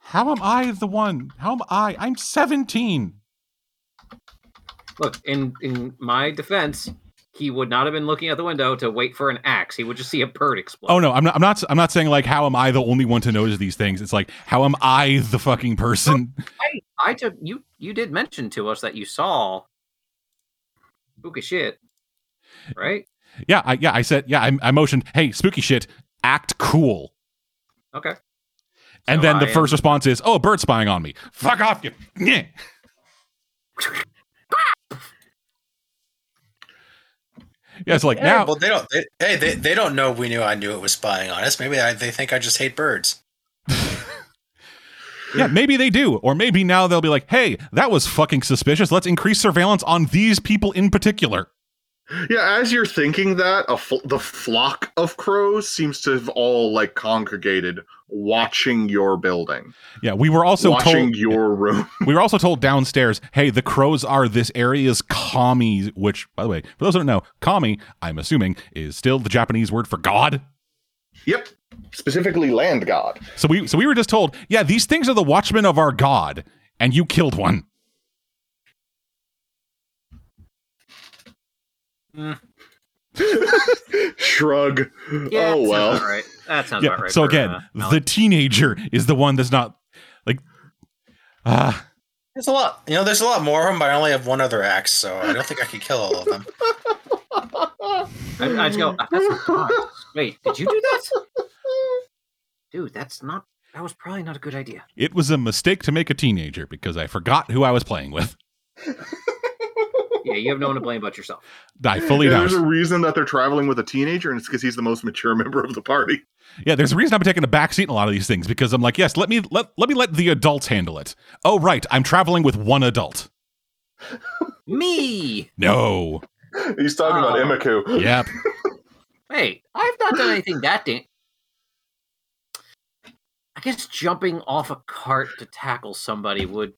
E: How am I the one? How am I? I'm 17.
C: Look, in in my defense, he would not have been looking out the window to wait for an axe. He would just see a bird explode.
E: Oh no, I'm not I'm not I'm not saying like how am I the only one to notice these things. It's like how am I the fucking person?
C: I, I took you. You did mention to us that you saw spooky shit, right?
E: Yeah, I, yeah, I said, yeah, I, I motioned, hey, spooky shit, act cool.
C: Okay.
E: And
C: So
E: then the
C: I am-
E: first response is, oh, a bird's spying on me. Fuck off, you. Yeah. Yeah, it's like now.
D: well, they don't. They, hey, they, they don't know we knew I knew it was spying on us. Maybe I, they think I just hate birds.
E: Yeah, maybe they do. Or maybe now they'll be like, hey, that was fucking suspicious. Let's increase surveillance on these people in particular.
A: Yeah, as you're thinking that, a fl- the flock of crows seems to have all like congregated watching your building,
E: Yeah, we were also
A: watching
E: told
A: your room.
E: we were also told downstairs, hey, the crows are this area's kami, which by the way, for those who don't know, kami, I'm assuming, is still the Japanese word for god.
A: yep, specifically land god.
E: So we so we were just told, yeah, these things are the watchmen of our god, and you killed one.
A: Shrug.
C: Yeah,
A: oh
C: that
A: well.
C: Sounds about right. That sounds
E: yeah.
C: about right.
E: so
C: for,
E: again,
C: uh,
E: the
C: Melanie.
E: teenager is the one that's not like ah.
D: There's a lot. You know, there's a lot more of them, but I only have one other axe, so I don't think I could kill all of them.
C: I, I just go. "Ah, that's not smart." Wait, did you do that, dude? That's not. That was probably not a good idea.
E: It was a mistake to make a teenager because I forgot who I was playing with.
C: Yeah, you have no one to blame but yourself.
E: I fully
A: Yeah,
E: know.
A: there's a reason that they're traveling with a teenager, and it's because he's the most mature member of the party.
E: yeah, there's a reason I've been taking a back seat in a lot of these things because I'm like, yes, let me let, let me let the adults handle it. Oh right, I'm traveling with one adult.
C: Me.
E: No.
A: He's talking
E: Ah.
C: Oh.
A: about Imiku.
E: Yep.
C: Hey, I've not done anything that dang. I guess jumping off a cart to tackle somebody would.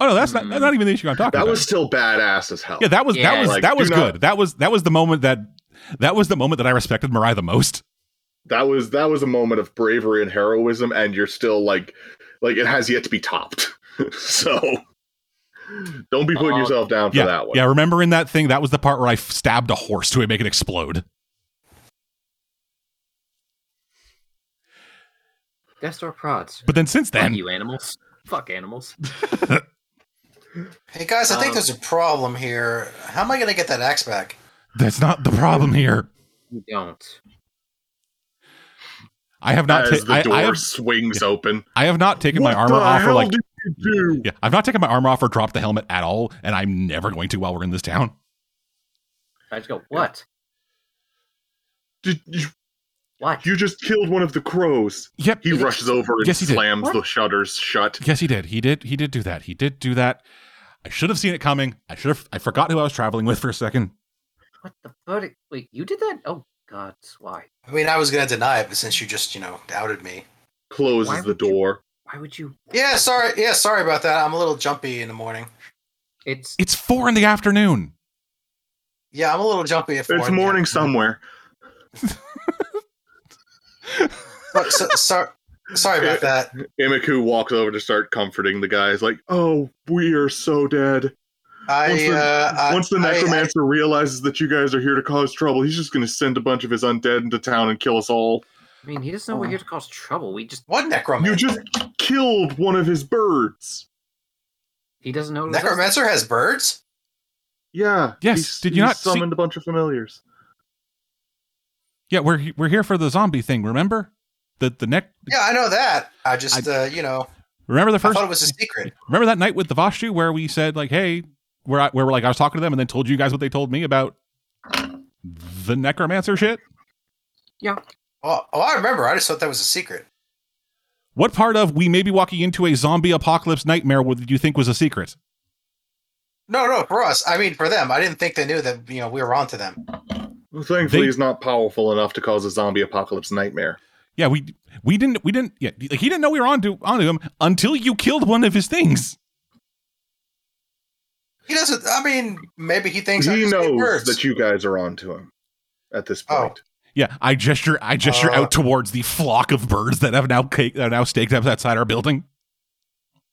E: Oh no, that's not that's not even the issue I'm talking
A: That
E: about.
A: was still badass as hell.
E: yeah, that was that
C: Yeah.
E: was
A: Like,
E: that
A: do
E: was
A: not-
E: good. That was that was the moment that that was the moment that I respected Mariah the most.
A: that was that was a moment of bravery and heroism, and you're still like, like it has yet to be topped. so don't be putting
C: Oh.
A: yourself down for
E: yeah,
A: that one.
E: yeah. Remember in that thing, that was the part where I f- stabbed a horse to make it explode.
C: Death Star prods.
E: But then since
C: Fuck
E: then,
C: you animals. Fuck animals.
D: Hey guys, I think
C: Um,
D: there's a problem here. How am I gonna get that axe back?
E: that's not the problem here.
C: You don't.
E: I have not.
A: as
E: ta-
A: the
E: I-
A: door
E: I have
A: swings open.
E: I have not taken my
A: What
E: armor
A: the
E: off or
A: hell
E: like
A: did you do?
E: yeah, I've not taken my armor off or dropped the helmet at all, and I'm never going to while we're in this town.
C: I just go. What?
A: Did you,
C: What?
A: you just killed one of the crows?
E: Yep.
A: He rushes over and
E: Yes, he did.
A: slams
C: What?
A: the shutters shut.
E: Yes, he did. He did. He did do that. He did do that. I should have seen it coming. I should have. I forgot who I was traveling with for a second.
C: What the fuck? Wait, you did that? Oh God, why?
D: I mean, I was gonna deny it, but since you just, you know, outed me.
A: Closes
C: Why
A: the
C: would you-
A: door.
C: Why would you?
D: Yeah, sorry. Yeah, sorry about that. I'm a little jumpy in the morning.
C: It's
E: It's four in the afternoon.
D: Yeah, I'm a little jumpy. At four
A: It's
D: in the
A: morning
D: afternoon.
A: somewhere.
D: But so, sorry, sorry about that.
A: Imiku walks over to start comforting the guys, like, "Oh, we are so dead." Once
D: I
A: the-
D: uh, I-
A: Once the
D: I- I-
A: necromancer realizes that you guys are here to cause trouble, he's just going to send a bunch of his undead into town and kill us all.
C: I mean, he doesn't know we're here to cause trouble. We just
D: what necromancer?
A: You just killed one of his birds.
C: he doesn't know. it was us.
D: necromancer has birds.
A: Yeah.
E: Yes,
A: he's-
E: did you
A: he
E: not see-
A: summoned a bunch of familiars?
E: Yeah, we're he- we're here for the zombie thing. Remember the the neck.
D: Yeah, I know that. I just, uh, you know,
E: Remember the
D: I
E: first.
D: thought it was a secret.
E: Remember that night with the Vashtu where we said like, hey, where I, where we're like I was talking to them and then told you guys what they told me about the necromancer shit.
D: Oh, oh, I remember. I just thought that was a secret.
E: What part of we may be walking into a zombie apocalypse nightmare would you think was a secret?
D: No, no, for us. I mean, for them. I didn't think they knew that. You know, we were onto them.
A: Well, thankfully,
E: They-
A: he's not powerful enough to cause a zombie apocalypse nightmare.
E: Yeah, we we didn't we didn't yeah like he didn't know we were onto onto him until you killed one of his things.
D: He doesn't. I mean, maybe he thinks I
A: he
D: just speak
A: knows
D: birds.
A: that you guys are on to him at this
D: Oh.
A: point.
E: Yeah, I gesture I gesture
D: Uh.
E: out towards the flock of birds that have now cake, that are now staked up outside our building.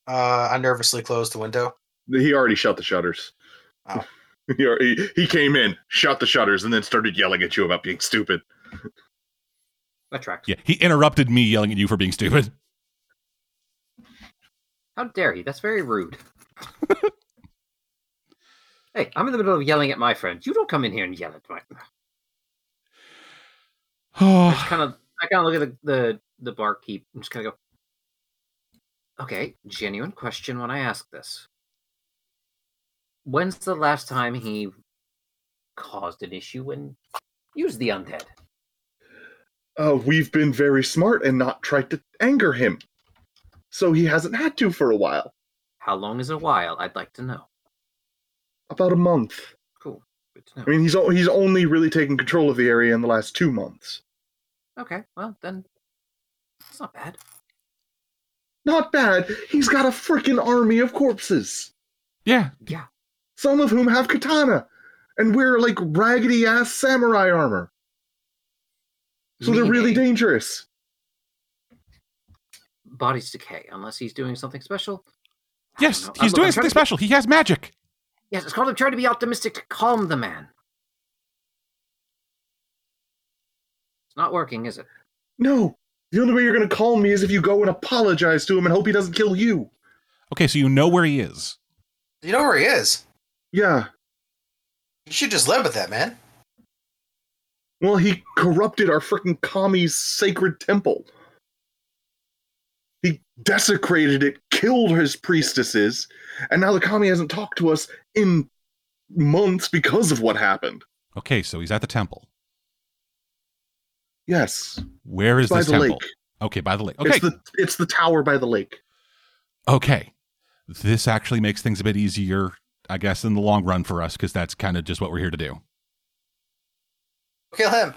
D: Uh, I nervously closed the window.
A: He already shut the shutters.
D: Oh.
A: He, al- he, he came in, shut the shutters, and then started yelling at you about being stupid.
C: That tracks.
E: Yeah, he interrupted me yelling at you for being stupid.
C: How dare he? That's very rude. Hey, I'm in the middle of yelling at my friend. You don't come in here and yell at my. I just kind of, I kind of look at the the, the barkeep. and just kind of go. Okay, genuine question. When I ask this, when's the last time he caused an issue and used the undead?
A: Uh, we've been very smart and not tried to anger him. So he hasn't had to for a while.
C: How long is a while? I'd like to know.
A: About a month.
C: Cool. Good to know.
A: I mean, he's o- he's only really taken control of the area in the last two months.
C: Okay, well then, it's not bad.
A: Not bad. He's got a freaking army of corpses,
B: Yeah.
A: some of whom have katana, and wear like raggedy ass samurai armor. So they're really
C: Meaning,
A: dangerous.
C: bodies decay unless he's doing something special. I don't
B: Yes,
C: know.
B: he's
C: I'm-
B: doing
C: I'm
B: something
C: trying to-
B: special. He has magic.
C: Yes, it's called I'm trying to be optimistic to calm the man. It's not working, is it?
A: No, the only way you're gonna calm me is if you go and apologize to him and hope he doesn't kill you.
E: Okay, so you know where he is.
D: You know where he is.
A: Yeah.
D: You should just live with that, man.
A: Well, he corrupted our freaking kami's sacred temple. He desecrated it, killed his priestesses, and now the kami hasn't talked to us in months because of what happened.
E: Okay, so he's at the temple.
A: Yes,
E: Where is
A: by
E: this
A: the
E: temple?
A: lake.
E: Okay, by the lake. Okay,
A: It's the it's the tower by the lake.
E: okay. This actually makes things a bit easier, I guess, in the long run for us, because that's kind of just what we're here to do.
D: Kill him.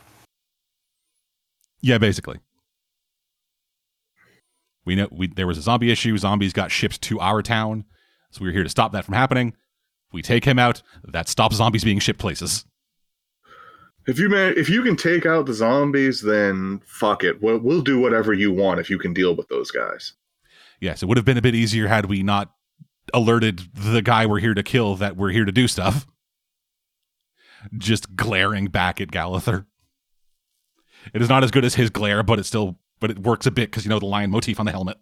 E: Yeah, basically. We know we, there was a zombie issue. Zombies got shipped to our town, so we were here to stop that from happening. We take him out. That stops zombies being shipped places.
A: If you man, if you can take out the zombies, then fuck it. We'll, we'll do whatever you want if you can deal with those guys.
E: Yes, it would have been a bit easier had we not alerted the guy we're here to kill that we're here to do stuff. Just glaring back at Galather. It is not as good as his glare, but it still but it works a bit because you know the lion motif on the helmet.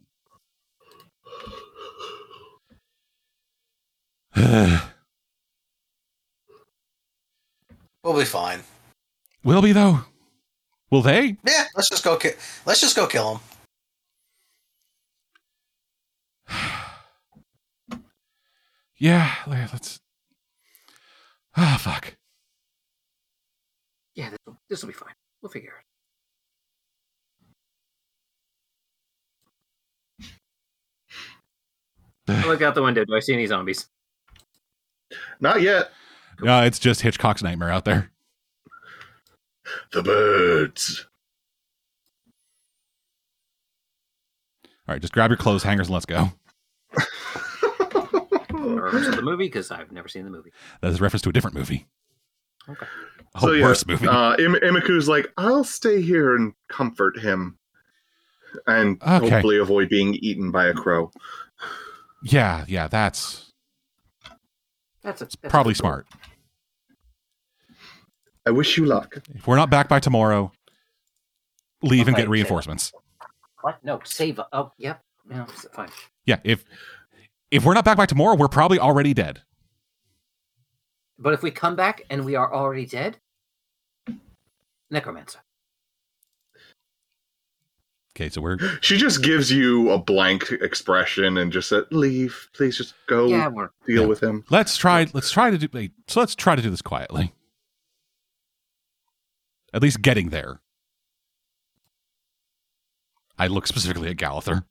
D: We'll be fine.
E: Will be though. Will they?
D: Yeah, let's just go. Ki- let's just go kill him.
E: Yeah, yeah, let's. Ah, fuck.
C: Yeah, this will be fine. We'll figure it. out. I look out the window. Do I see any zombies?
A: Not yet.
E: No, Uh, it's just Hitchcock's nightmare out there.
A: The birds.
E: All right, just grab your clothes, hangers, and let's go.
C: Or is it the movie? Because I've never seen the movie.
E: That is a reference to a different movie.
C: Okay.
E: A
A: So, yeah,
E: worse Oh, movie.
A: Uh, Im- Imiku's like, I'll stay here and comfort him, and
E: Okay.
A: hopefully avoid being eaten by a crow.
E: yeah, yeah, that's
C: That's, a, that's
E: probably
C: a-
E: smart.
A: I wish you luck.
E: If we're not back by tomorrow, leave and
C: Okay,
E: get
C: okay.
E: reinforcements.
C: What? No, save. Oh, yep. Yeah, it's fine.
E: Yeah, if if we're not back by tomorrow, we're probably already dead.
C: But if we come back and we are already dead, necromancer.
E: Okay, so we're
A: She just gives you a blank expression and just said, "Leave, please, just go
C: Yeah, we're
A: deal
E: Yeah.
A: with him."
E: let's try let's try to do wait, so let's try to do this quietly. At least getting there. I look specifically at Galather.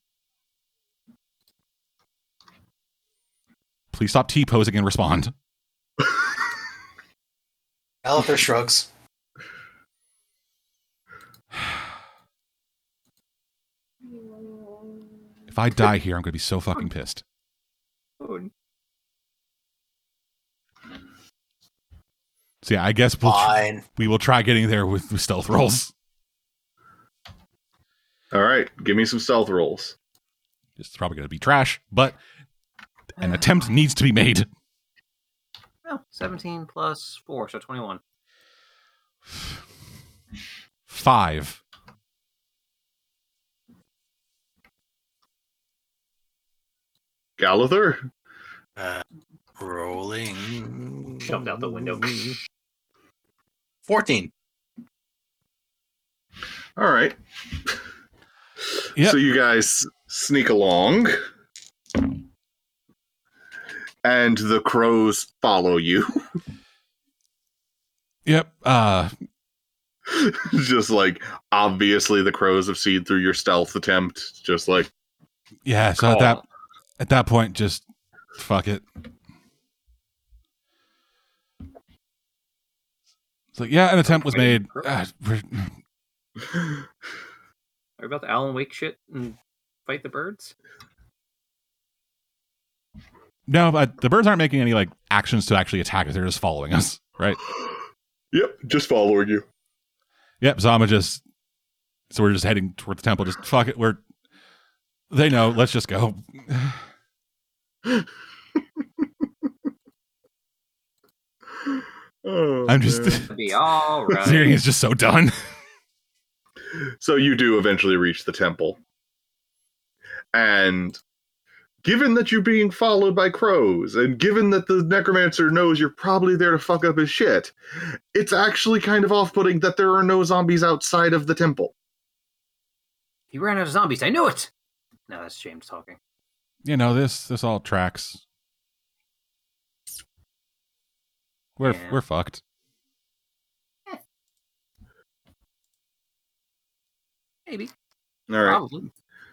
E: Please stop T posing and respond.
D: Elephant shrugs.
E: If I die here, I'm gonna be so fucking pissed. So yeah, I guess we'll tr-
D: Fine.
E: we will try getting there with, with stealth rolls.
A: All right, give me some stealth rolls.
E: It's probably going to be trash, but an attempt needs to be made.
C: Oh, 17 plus 4, so 21.
E: Five.
C: Uh,
A: Galather,
D: Rolling.
C: Jumped out the window.
D: 14.
A: All right.
B: Yep.
A: So you guys sneak along. And the crows follow you.
E: Yep. Uh,
A: just like obviously the crows have seen through your stealth attempt. Just like
E: yeah. So at that at that point, just fuck it. It's like yeah, an attempt was made. Ah, we're-
C: Are you about the Alan Wake shit and fight the birds?
E: no, but the birds aren't making any like actions to actually attack us. They're just following us, right?
A: Yep, just following you.
E: Yep. So I'm just. So we're just heading toward the temple. Just fuck it. We're. They know. Let's just go.
A: Oh,
E: I'm just.
A: man.
C: It'll be all right.
E: Zering is just so done.
A: so you do eventually reach the temple. And given that you're being followed by crows, and given that the necromancer knows you're probably there to fuck up his shit, it's actually kind of off putting that there are no zombies outside of the temple.
C: He ran out of zombies. I knew it. No, that's James talking.
E: you know this. This all tracks. We're
C: Yeah.
E: we're fucked.
C: Maybe.
A: All right.
C: Probably.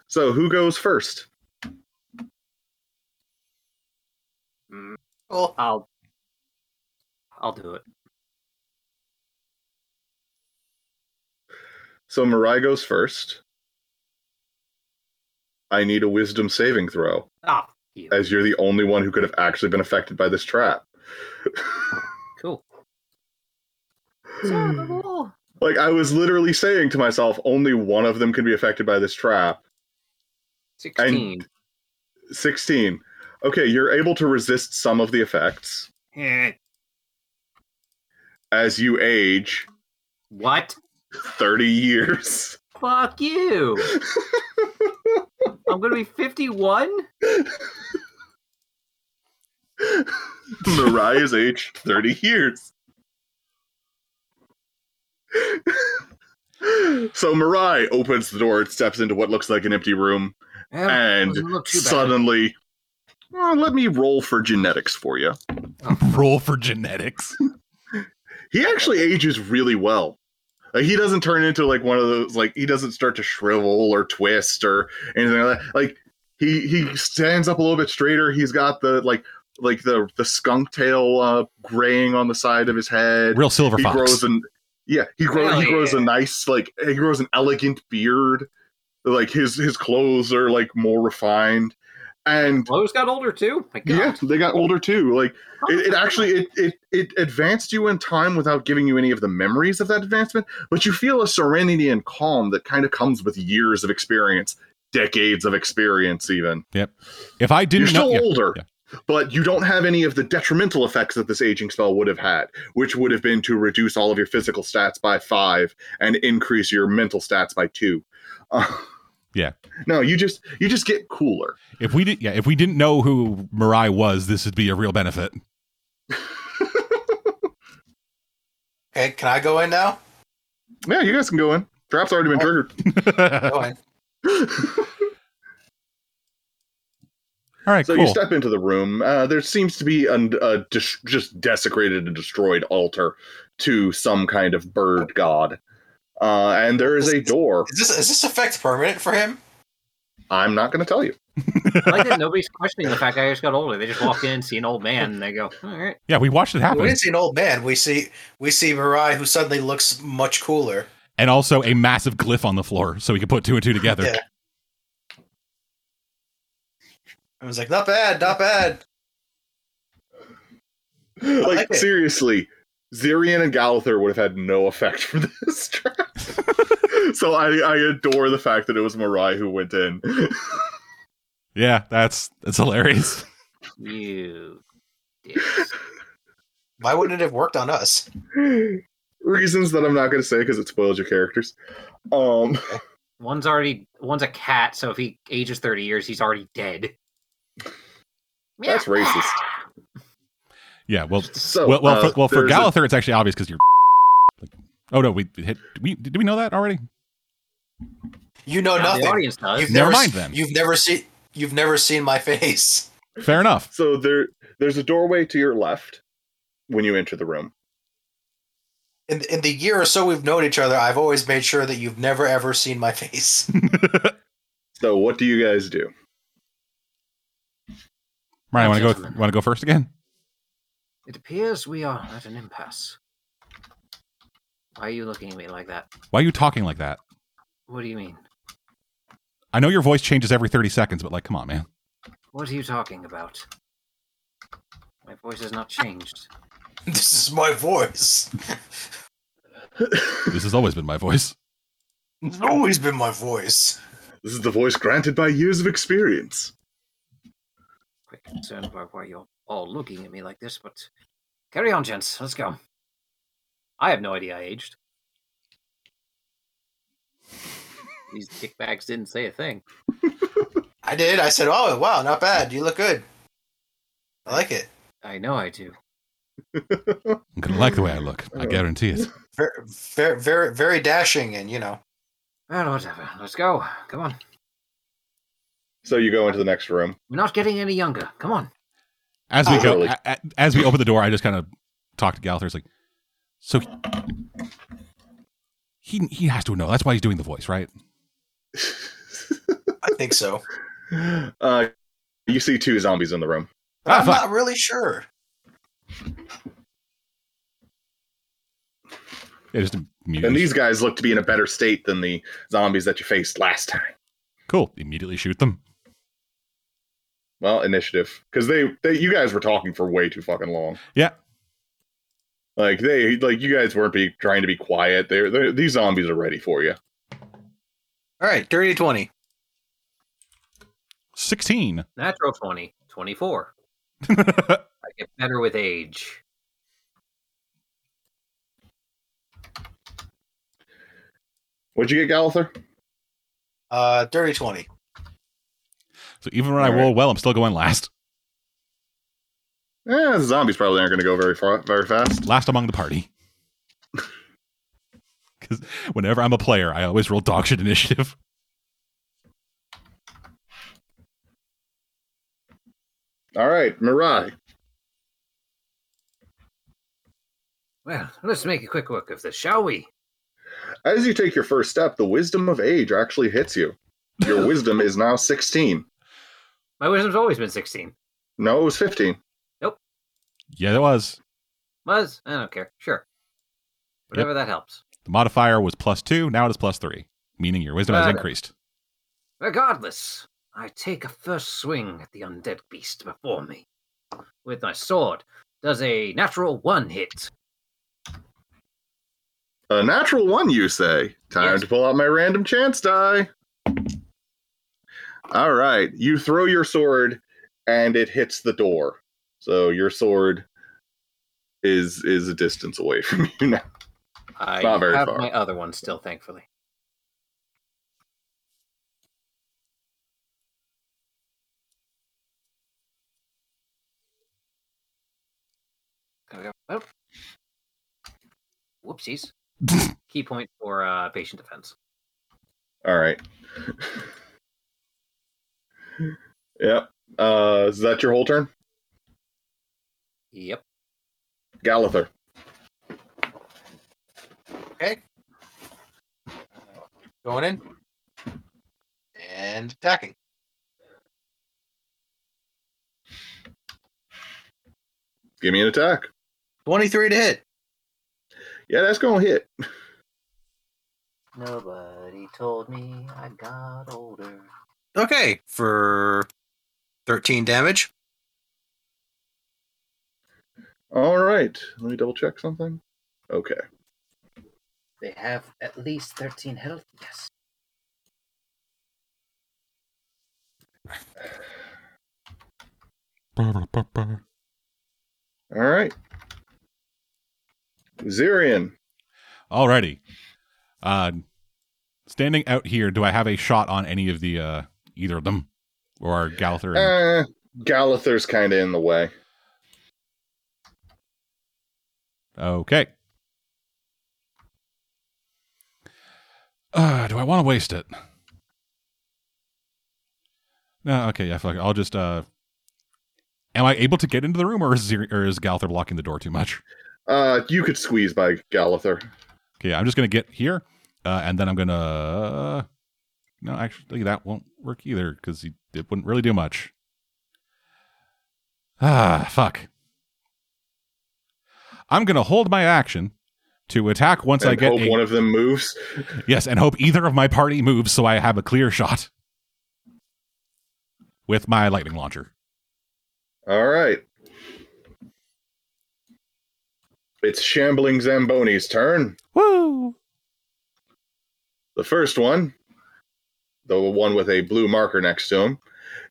A: So who goes first?
C: Mm,
D: Cool.
C: I'll. I'll do it.
A: So Mirai goes first. I need a wisdom saving throw,
C: Ah, you.
A: as you're the only one who could have actually been affected by this trap.
C: Cool. Hmm.
A: Like I was literally saying to myself, only one of them can be affected by this trap.
C: Sixteen.
A: 16. Okay, you're able to resist some of the effects.
C: Eh,
A: As you age
C: what?
A: 30 years.
C: Fuck you. I'm gonna be fifty-one.
A: Mirai is aged 30 years. so Mirai opens the door and steps into what looks like an empty room.
C: Oh,
A: And Suddenly, well, let me roll for genetics for you.
E: Roll for genetics.
A: He actually ages really well. Like he doesn't turn into like one of those like he doesn't start to shrivel or twist or anything like that. Like he he stands up a little bit straighter. He's got the like like the the skunk tail uh, graying on the side of his head.
E: Real silver
A: he
E: fox.
A: grows an yeah he grows
C: Hell
A: he grows a
C: yeah.
A: nice like he grows an elegant beard. Like his his clothes are like more refined and
C: Lowe's got older too. My God.
A: yeah they got older too. Like
C: Oh,
A: it, it actually it, it it advanced you in time without giving you any of the memories of that advancement but you feel a serenity and calm that kind of comes with years of experience decades of experience even
E: if I didn't
A: you're still
E: know, yeah.
A: older but you don't have any of the detrimental effects that this aging spell would have had which would have been to reduce all of your physical stats by five and increase your mental stats by two Uh,
E: Yeah.
A: no you just you just get cooler
E: if we did, yeah, if we didn't know who Marai was, this would be a real benefit.
D: Okay, can I go in now?
A: yeah you guys can go in trap's already been triggered
E: All
D: Go in.
E: right,
A: So
E: cool.
A: you step into the room. Uh, there seems to be an- a dis- just desecrated and destroyed altar to some kind of bird god, uh, and there is a door.
D: Is this is this effect permanent for him?
A: I'm not going to tell you.
C: I like that nobody's questioning the fact I just got older. They just walk in, see an old man, and they go, "All right."
E: yeah, we watched it
D: We
E: happen,
D: didn't see an old man. We see we see Mirai who suddenly looks much cooler.
E: and also a massive glyph on the floor, so we could put two and two together.
D: Yeah. I was like, not bad, not bad.
A: Like,
D: like it.
A: seriously, Zirian and Galather would have had no effect from this trap. so I, I adore the fact that it was Marai who went in.
E: Yeah, that's that's hilarious.
C: You. dicks.
D: Why wouldn't it have worked on us?
A: Reasons that I'm not going to say because it spoils your characters. Um,
C: One's already one's a cat, so if he ages thirty years, he's already dead.
A: That's racist.
E: Yeah, well,
A: So,
E: well, well,
A: uh,
E: for, well, for
A: there's a-
E: Galather, it's actually obvious because you're. Like, oh no, we hit. We did we know that already?
D: You know
C: Now the
D: nothing.
C: audience does.
D: You've
E: Never
D: never,
E: mind
D: s-
E: then.
D: You've never seen. You've never seen my face.
E: Fair enough.
A: So there, there's a doorway to your left when you enter the room.
D: In in the year or so we've known each other, I've always made sure that you've never ever seen my face.
A: So what do you guys do?
E: Ryan, want to go?
C: Gentlemen.
E: Want to go first again?
C: It appears we are at an impasse. Why are you looking at me like that?
E: Why are you talking like that?
C: What do you mean?
E: I know your voice changes every thirty seconds, but like, come on, man.
C: What are you talking about? My voice has not changed.
D: this is my voice.
E: This has always been my voice.
D: It's always been my voice.
A: This is the voice granted by years of experience.
C: Quite concerned by why you're all looking at me like this, but carry on, gents. Let's go. I have no idea I aged. These dickbags didn't say a thing.
D: I did. I said, "Oh wow, not bad. You look good. I like it.
C: I know I do.
E: I'm gonna like the way I look.
A: Oh.
E: I guarantee it.
D: Very, very, very, very dashing, and you know."
C: Well, whatever. Let's go. Come on.
A: So you go into the next room.
C: We're not getting any younger. Come on.
E: As we go,
A: Totally.
E: a- a- as we open the door, I just kind of talk to Galather. It's like, so he he has to know. That's why he's doing the voice, right?
D: I think so.
A: Uh, you see two zombies in the room.
D: But I'm
E: fuck.
D: not really sure.
E: Yeah, just immediately.
A: And these guys look to be in a better state than the zombies that you faced last time.
E: cool. Immediately shoot them.
A: Well, initiative. Because they, they you guys were talking for way too fucking long.
E: Yeah.
A: Like they like you guys weren't be trying to be quiet. They're, they're these zombies are ready for you.
D: All right, dirty twenty.
E: Sixteen.
C: Natural 20, 24. I get better with age.
A: What'd you get, Galather?
D: Uh, dirty twenty.
E: So even when I
A: All right.
E: roll well, I'm still going last.
A: Eh, the zombies probably aren't going to go very far, very fast.
E: Last among the party. Because whenever I'm a player, I always roll dog shit initiative.
A: All right, Mirai.
C: Well, let's make a quick work of this, shall we?
A: As you take your first step, the wisdom of age actually hits you. Your wisdom is now 16.
C: My wisdom's always been 16.
A: No, it was 15.
E: Yeah, that was.
C: Was? I don't care. Sure. Whatever that helps.
E: The modifier was plus two. Now it is plus three, meaning your wisdom has
C: Got it.
E: increased.
C: Regardless, I take a first swing at the undead beast before me. With my sword, does a natural one hit.
A: A natural one, you say. Time
C: Yes.
A: to pull out my random chance die. All right, you throw your sword and it hits the door. So your sword is is a distance away from you now.
C: I
A: Not very
C: have
A: far.
C: my other one still, thankfully. There we go. Oh. Whoopsies. Key point for uh, patient defense.
A: All right. yep. Uh, is that your whole turn,
C: Yep.
A: Galather?
D: Going in and attacking.
A: Give me an attack.
D: Twenty-three to hit.
A: Yeah, that's gonna hit.
C: Nobody told me I got older.
D: Okay, for thirteen damage.
A: All right. Let me double check something. Okay.
C: They have at least 13 health. Yes.
A: All right. Zirian.
E: Alrighty. Uh, standing out here, do I have a shot on any of the uh, either of them,
A: Eh,
E: or are Galather? and-
A: Uh, Galather's kind of in the way.
E: Okay. Uh, do I want to waste it? No, okay, yeah, fuck. it. I'll just uh Am I able to get into the room or is Zer- or is Galther blocking the door too much?
A: Uh, you could squeeze by Galather.
E: Okay, I'm just gonna get here, uh, and then I'm gonna. Uh, no, actually, that won't work either because it wouldn't really do much. Ah, fuck. I'm gonna hold my action to attack once I
A: and oh
E: get
A: hope
E: a-
A: one of them moves.
E: yes, and hope either of my party moves so I have a clear shot with my lightning launcher.
A: All right. It's Shambling Zamboni's turn.
E: Woo!
A: The first one, the one with a blue marker next to him,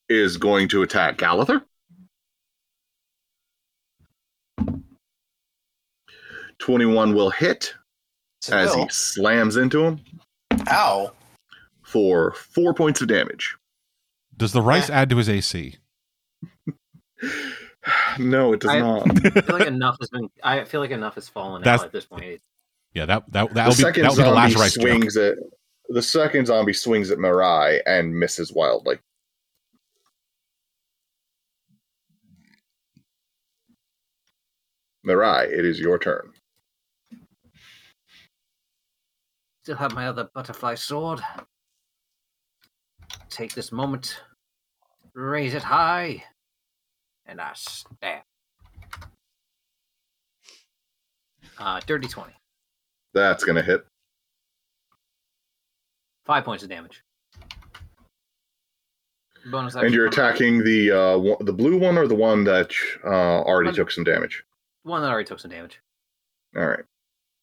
A: is going to attack Galather. Twenty-one will hit
D: So,
A: as
D: Bill,
A: he slams into him
D: ow.
A: for four points of damage.
E: Does the rice add to his AC?
A: No, it does
C: I-
A: not.
C: I feel like enough has been. I feel like enough has fallen
E: That's-
C: out at this point.
E: Yeah, that that
A: The
E: that'll be
A: second
E: that'll be the
A: zombie
E: last rice joke.
A: swings at the second zombie swings at Mirai and misses wildly. Mirai, it is your turn.
C: Still have my other butterfly sword. Take this moment, raise it high, and I stab. Uh, dirty 20.
A: That's gonna hit.
C: Five points of damage. Bonus action.
A: And you're attacking the uh, one, the blue one or the one that uh, already
C: One.
A: took some damage.
C: One that already took some damage.
A: All right,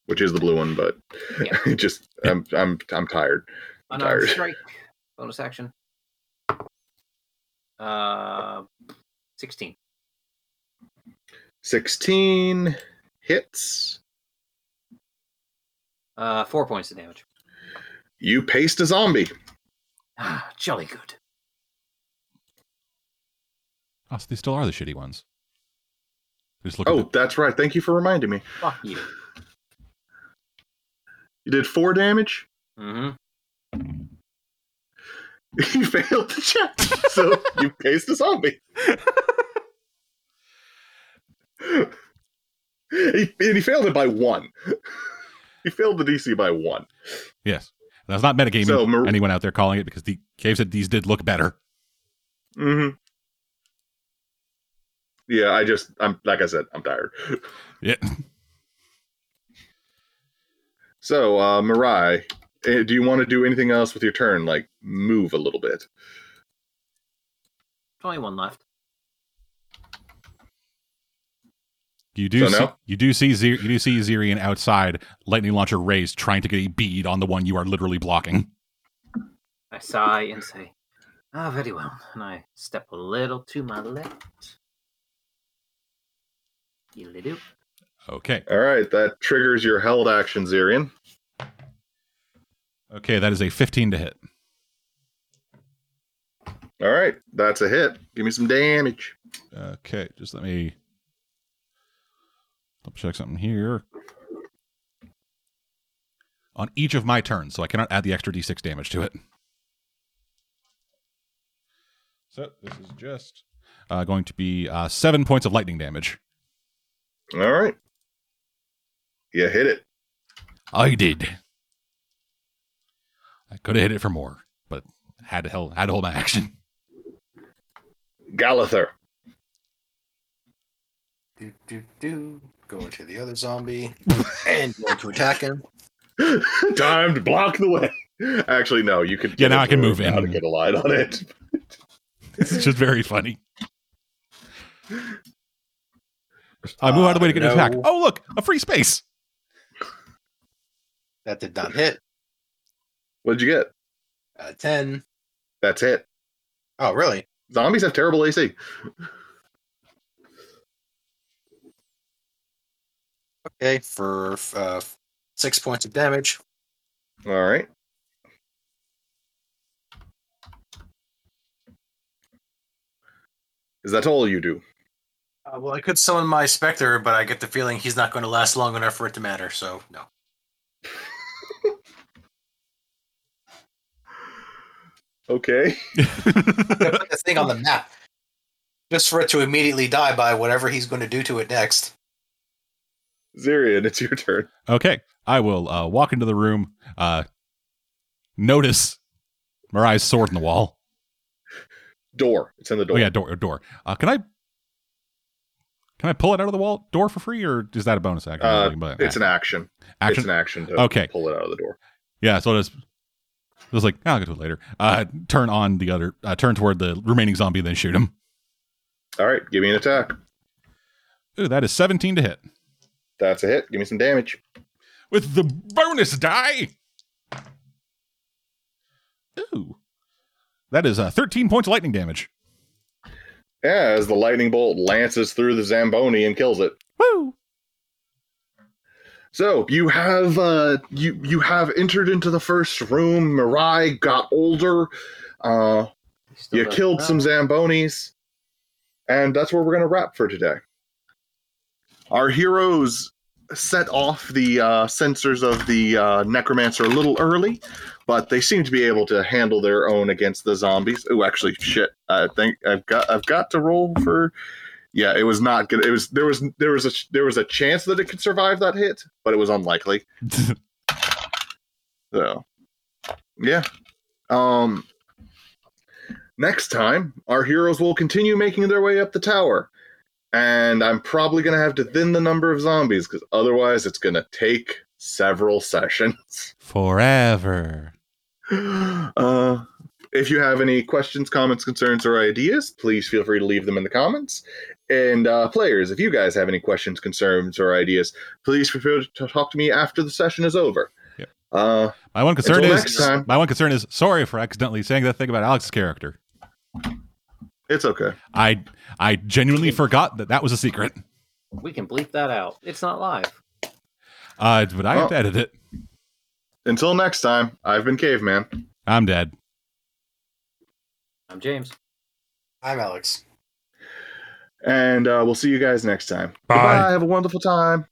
A: which is the blue one, but
C: Yeah.
A: just I'm I'm I'm tired. I'm
C: Unarmed
A: tired.
C: strike. Bonus action. Uh, 16.
A: Sixteen hits.
C: Uh, four points of damage.
A: You paste a zombie.
C: Ah, jolly good.
E: Oh, so they still are the shitty ones. Just look.
A: Oh,
E: at
A: that's right. Thank you for reminding me.
C: Fuck you.
A: You did four damage.
C: Mm-hmm.
A: you failed the check, so you paste a zombie. he, and he failed it by one. He failed the DC by one.
E: the, yes, that's not metagaming.
A: So, Mar-
E: anyone out there calling it because the cave said these did look better.
A: Mm-hmm. Yeah, I just I'm like I said, I'm tired.
E: Yeah.
A: So, uh Mirai, eh, do you want to do anything else with your turn? Like move a little bit.
C: 21 left.
E: You do
A: So
E: see,
A: now?
E: you do see Zer- you do see Zirian outside, lightning launcher raised, trying to get a bead on the one you are literally blocking.
C: I sigh and say, Ah, very well. And I step a little to my left. Diddly-doo.
E: Okay,
A: All right, that triggers your held action, Zirian.
E: okay, that is a fifteen to hit.
A: All right, that's a hit. Give me some damage.
E: Okay, just let me double check something here. On each of my turns, so I cannot add the extra d6 damage to it. So this is just uh, going to be uh, seven points of lightning damage.
A: All right. You hit it.
E: I did. I could have hit it for more, but had to held, had to hold my action.
A: Galather.
D: Do, do, do. Going to the other zombie and going to attack him.
A: Time to block the way. Actually, no, you could.
E: Yeah, now I can move
A: now
E: in.
A: to get a line on it.
E: It's just very funny. I move out of the way to get an attack.
D: no.
E: Oh look, a free space.
D: That did not hit.
A: What'd you get?
D: Uh, 10.
A: That's it.
D: Oh, really?
A: Zombies have terrible AC.
D: Okay, for uh, six points of damage.
A: All right. Is that all you do?
D: Uh, well, I could summon my Spectre, but I get the feeling he's not going to last long enough for it to matter. So no.
A: Okay.
D: I'm gonna put the thing on the map just for it to immediately die by whatever he's going to do to it next.
A: Zirian, it's your turn.
E: Okay, I will uh, walk into the room. Uh, notice Mariah's sword in the wall.
A: Door. It's in the door.
E: Oh yeah, door. Door. Uh, can I? Can I pull it out of the wall door for free, or is that a bonus action?
A: Uh, it's an action.
E: action.
A: It's an action to
E: Okay.
A: pull it out of the door.
E: Yeah, so it's just like "Ah, I'll get to it later. Uh, turn on the other. Uh, turn toward the remaining zombie, then shoot him.
A: All right, give me an attack.
E: Ooh, that is seventeen to hit
A: That's a hit. Give me some damage.
E: with the bonus die. Ooh, that is uh, thirteen points of lightning damage.
A: Yeah, as the lightning bolt lances through the Zamboni and kills it.
E: Woo!
A: So you have uh, you you have entered into the first room. Mirai got older. Uh, you killed some Zambonis, and that's where we're going to wrap for today. Our heroes set off the uh, sensors of the uh, necromancer a little early, but they seem to be able to handle their own against the zombies. Oh, actually, shit! I think I've got I've got to roll for. Yeah, it was not good. It was there was there was a there was a chance that it could survive that hit, but it was unlikely. So, yeah. Um, next time, our heroes will continue making their way up the tower. And I'm probably going to have to thin the number of zombies because otherwise it's going to take several sessions.
E: Forever.
A: Uh, if you have any questions, comments, concerns, or ideas, please feel free to leave them in the comments. And uh, players, if you guys have any questions, concerns, or ideas, please feel free to talk to me after the session is over.
E: Yep.
A: Uh,
E: My one concern
A: Until
E: is
A: next time.
E: my one concern is sorry for accidentally saying that thing about Alex's character.
A: it's okay.
E: I I genuinely forgot that that was a secret.
C: We can bleep that out. It's not live.
E: Uh, but I have to
A: Oh.
E: edit it.
A: Until next time, I've been Caveman.
E: I'm dead.
C: I'm James.
D: I'm Alex.
A: And uh, we'll see you guys next time.
E: Bye.
A: Goodbye. Have a wonderful time.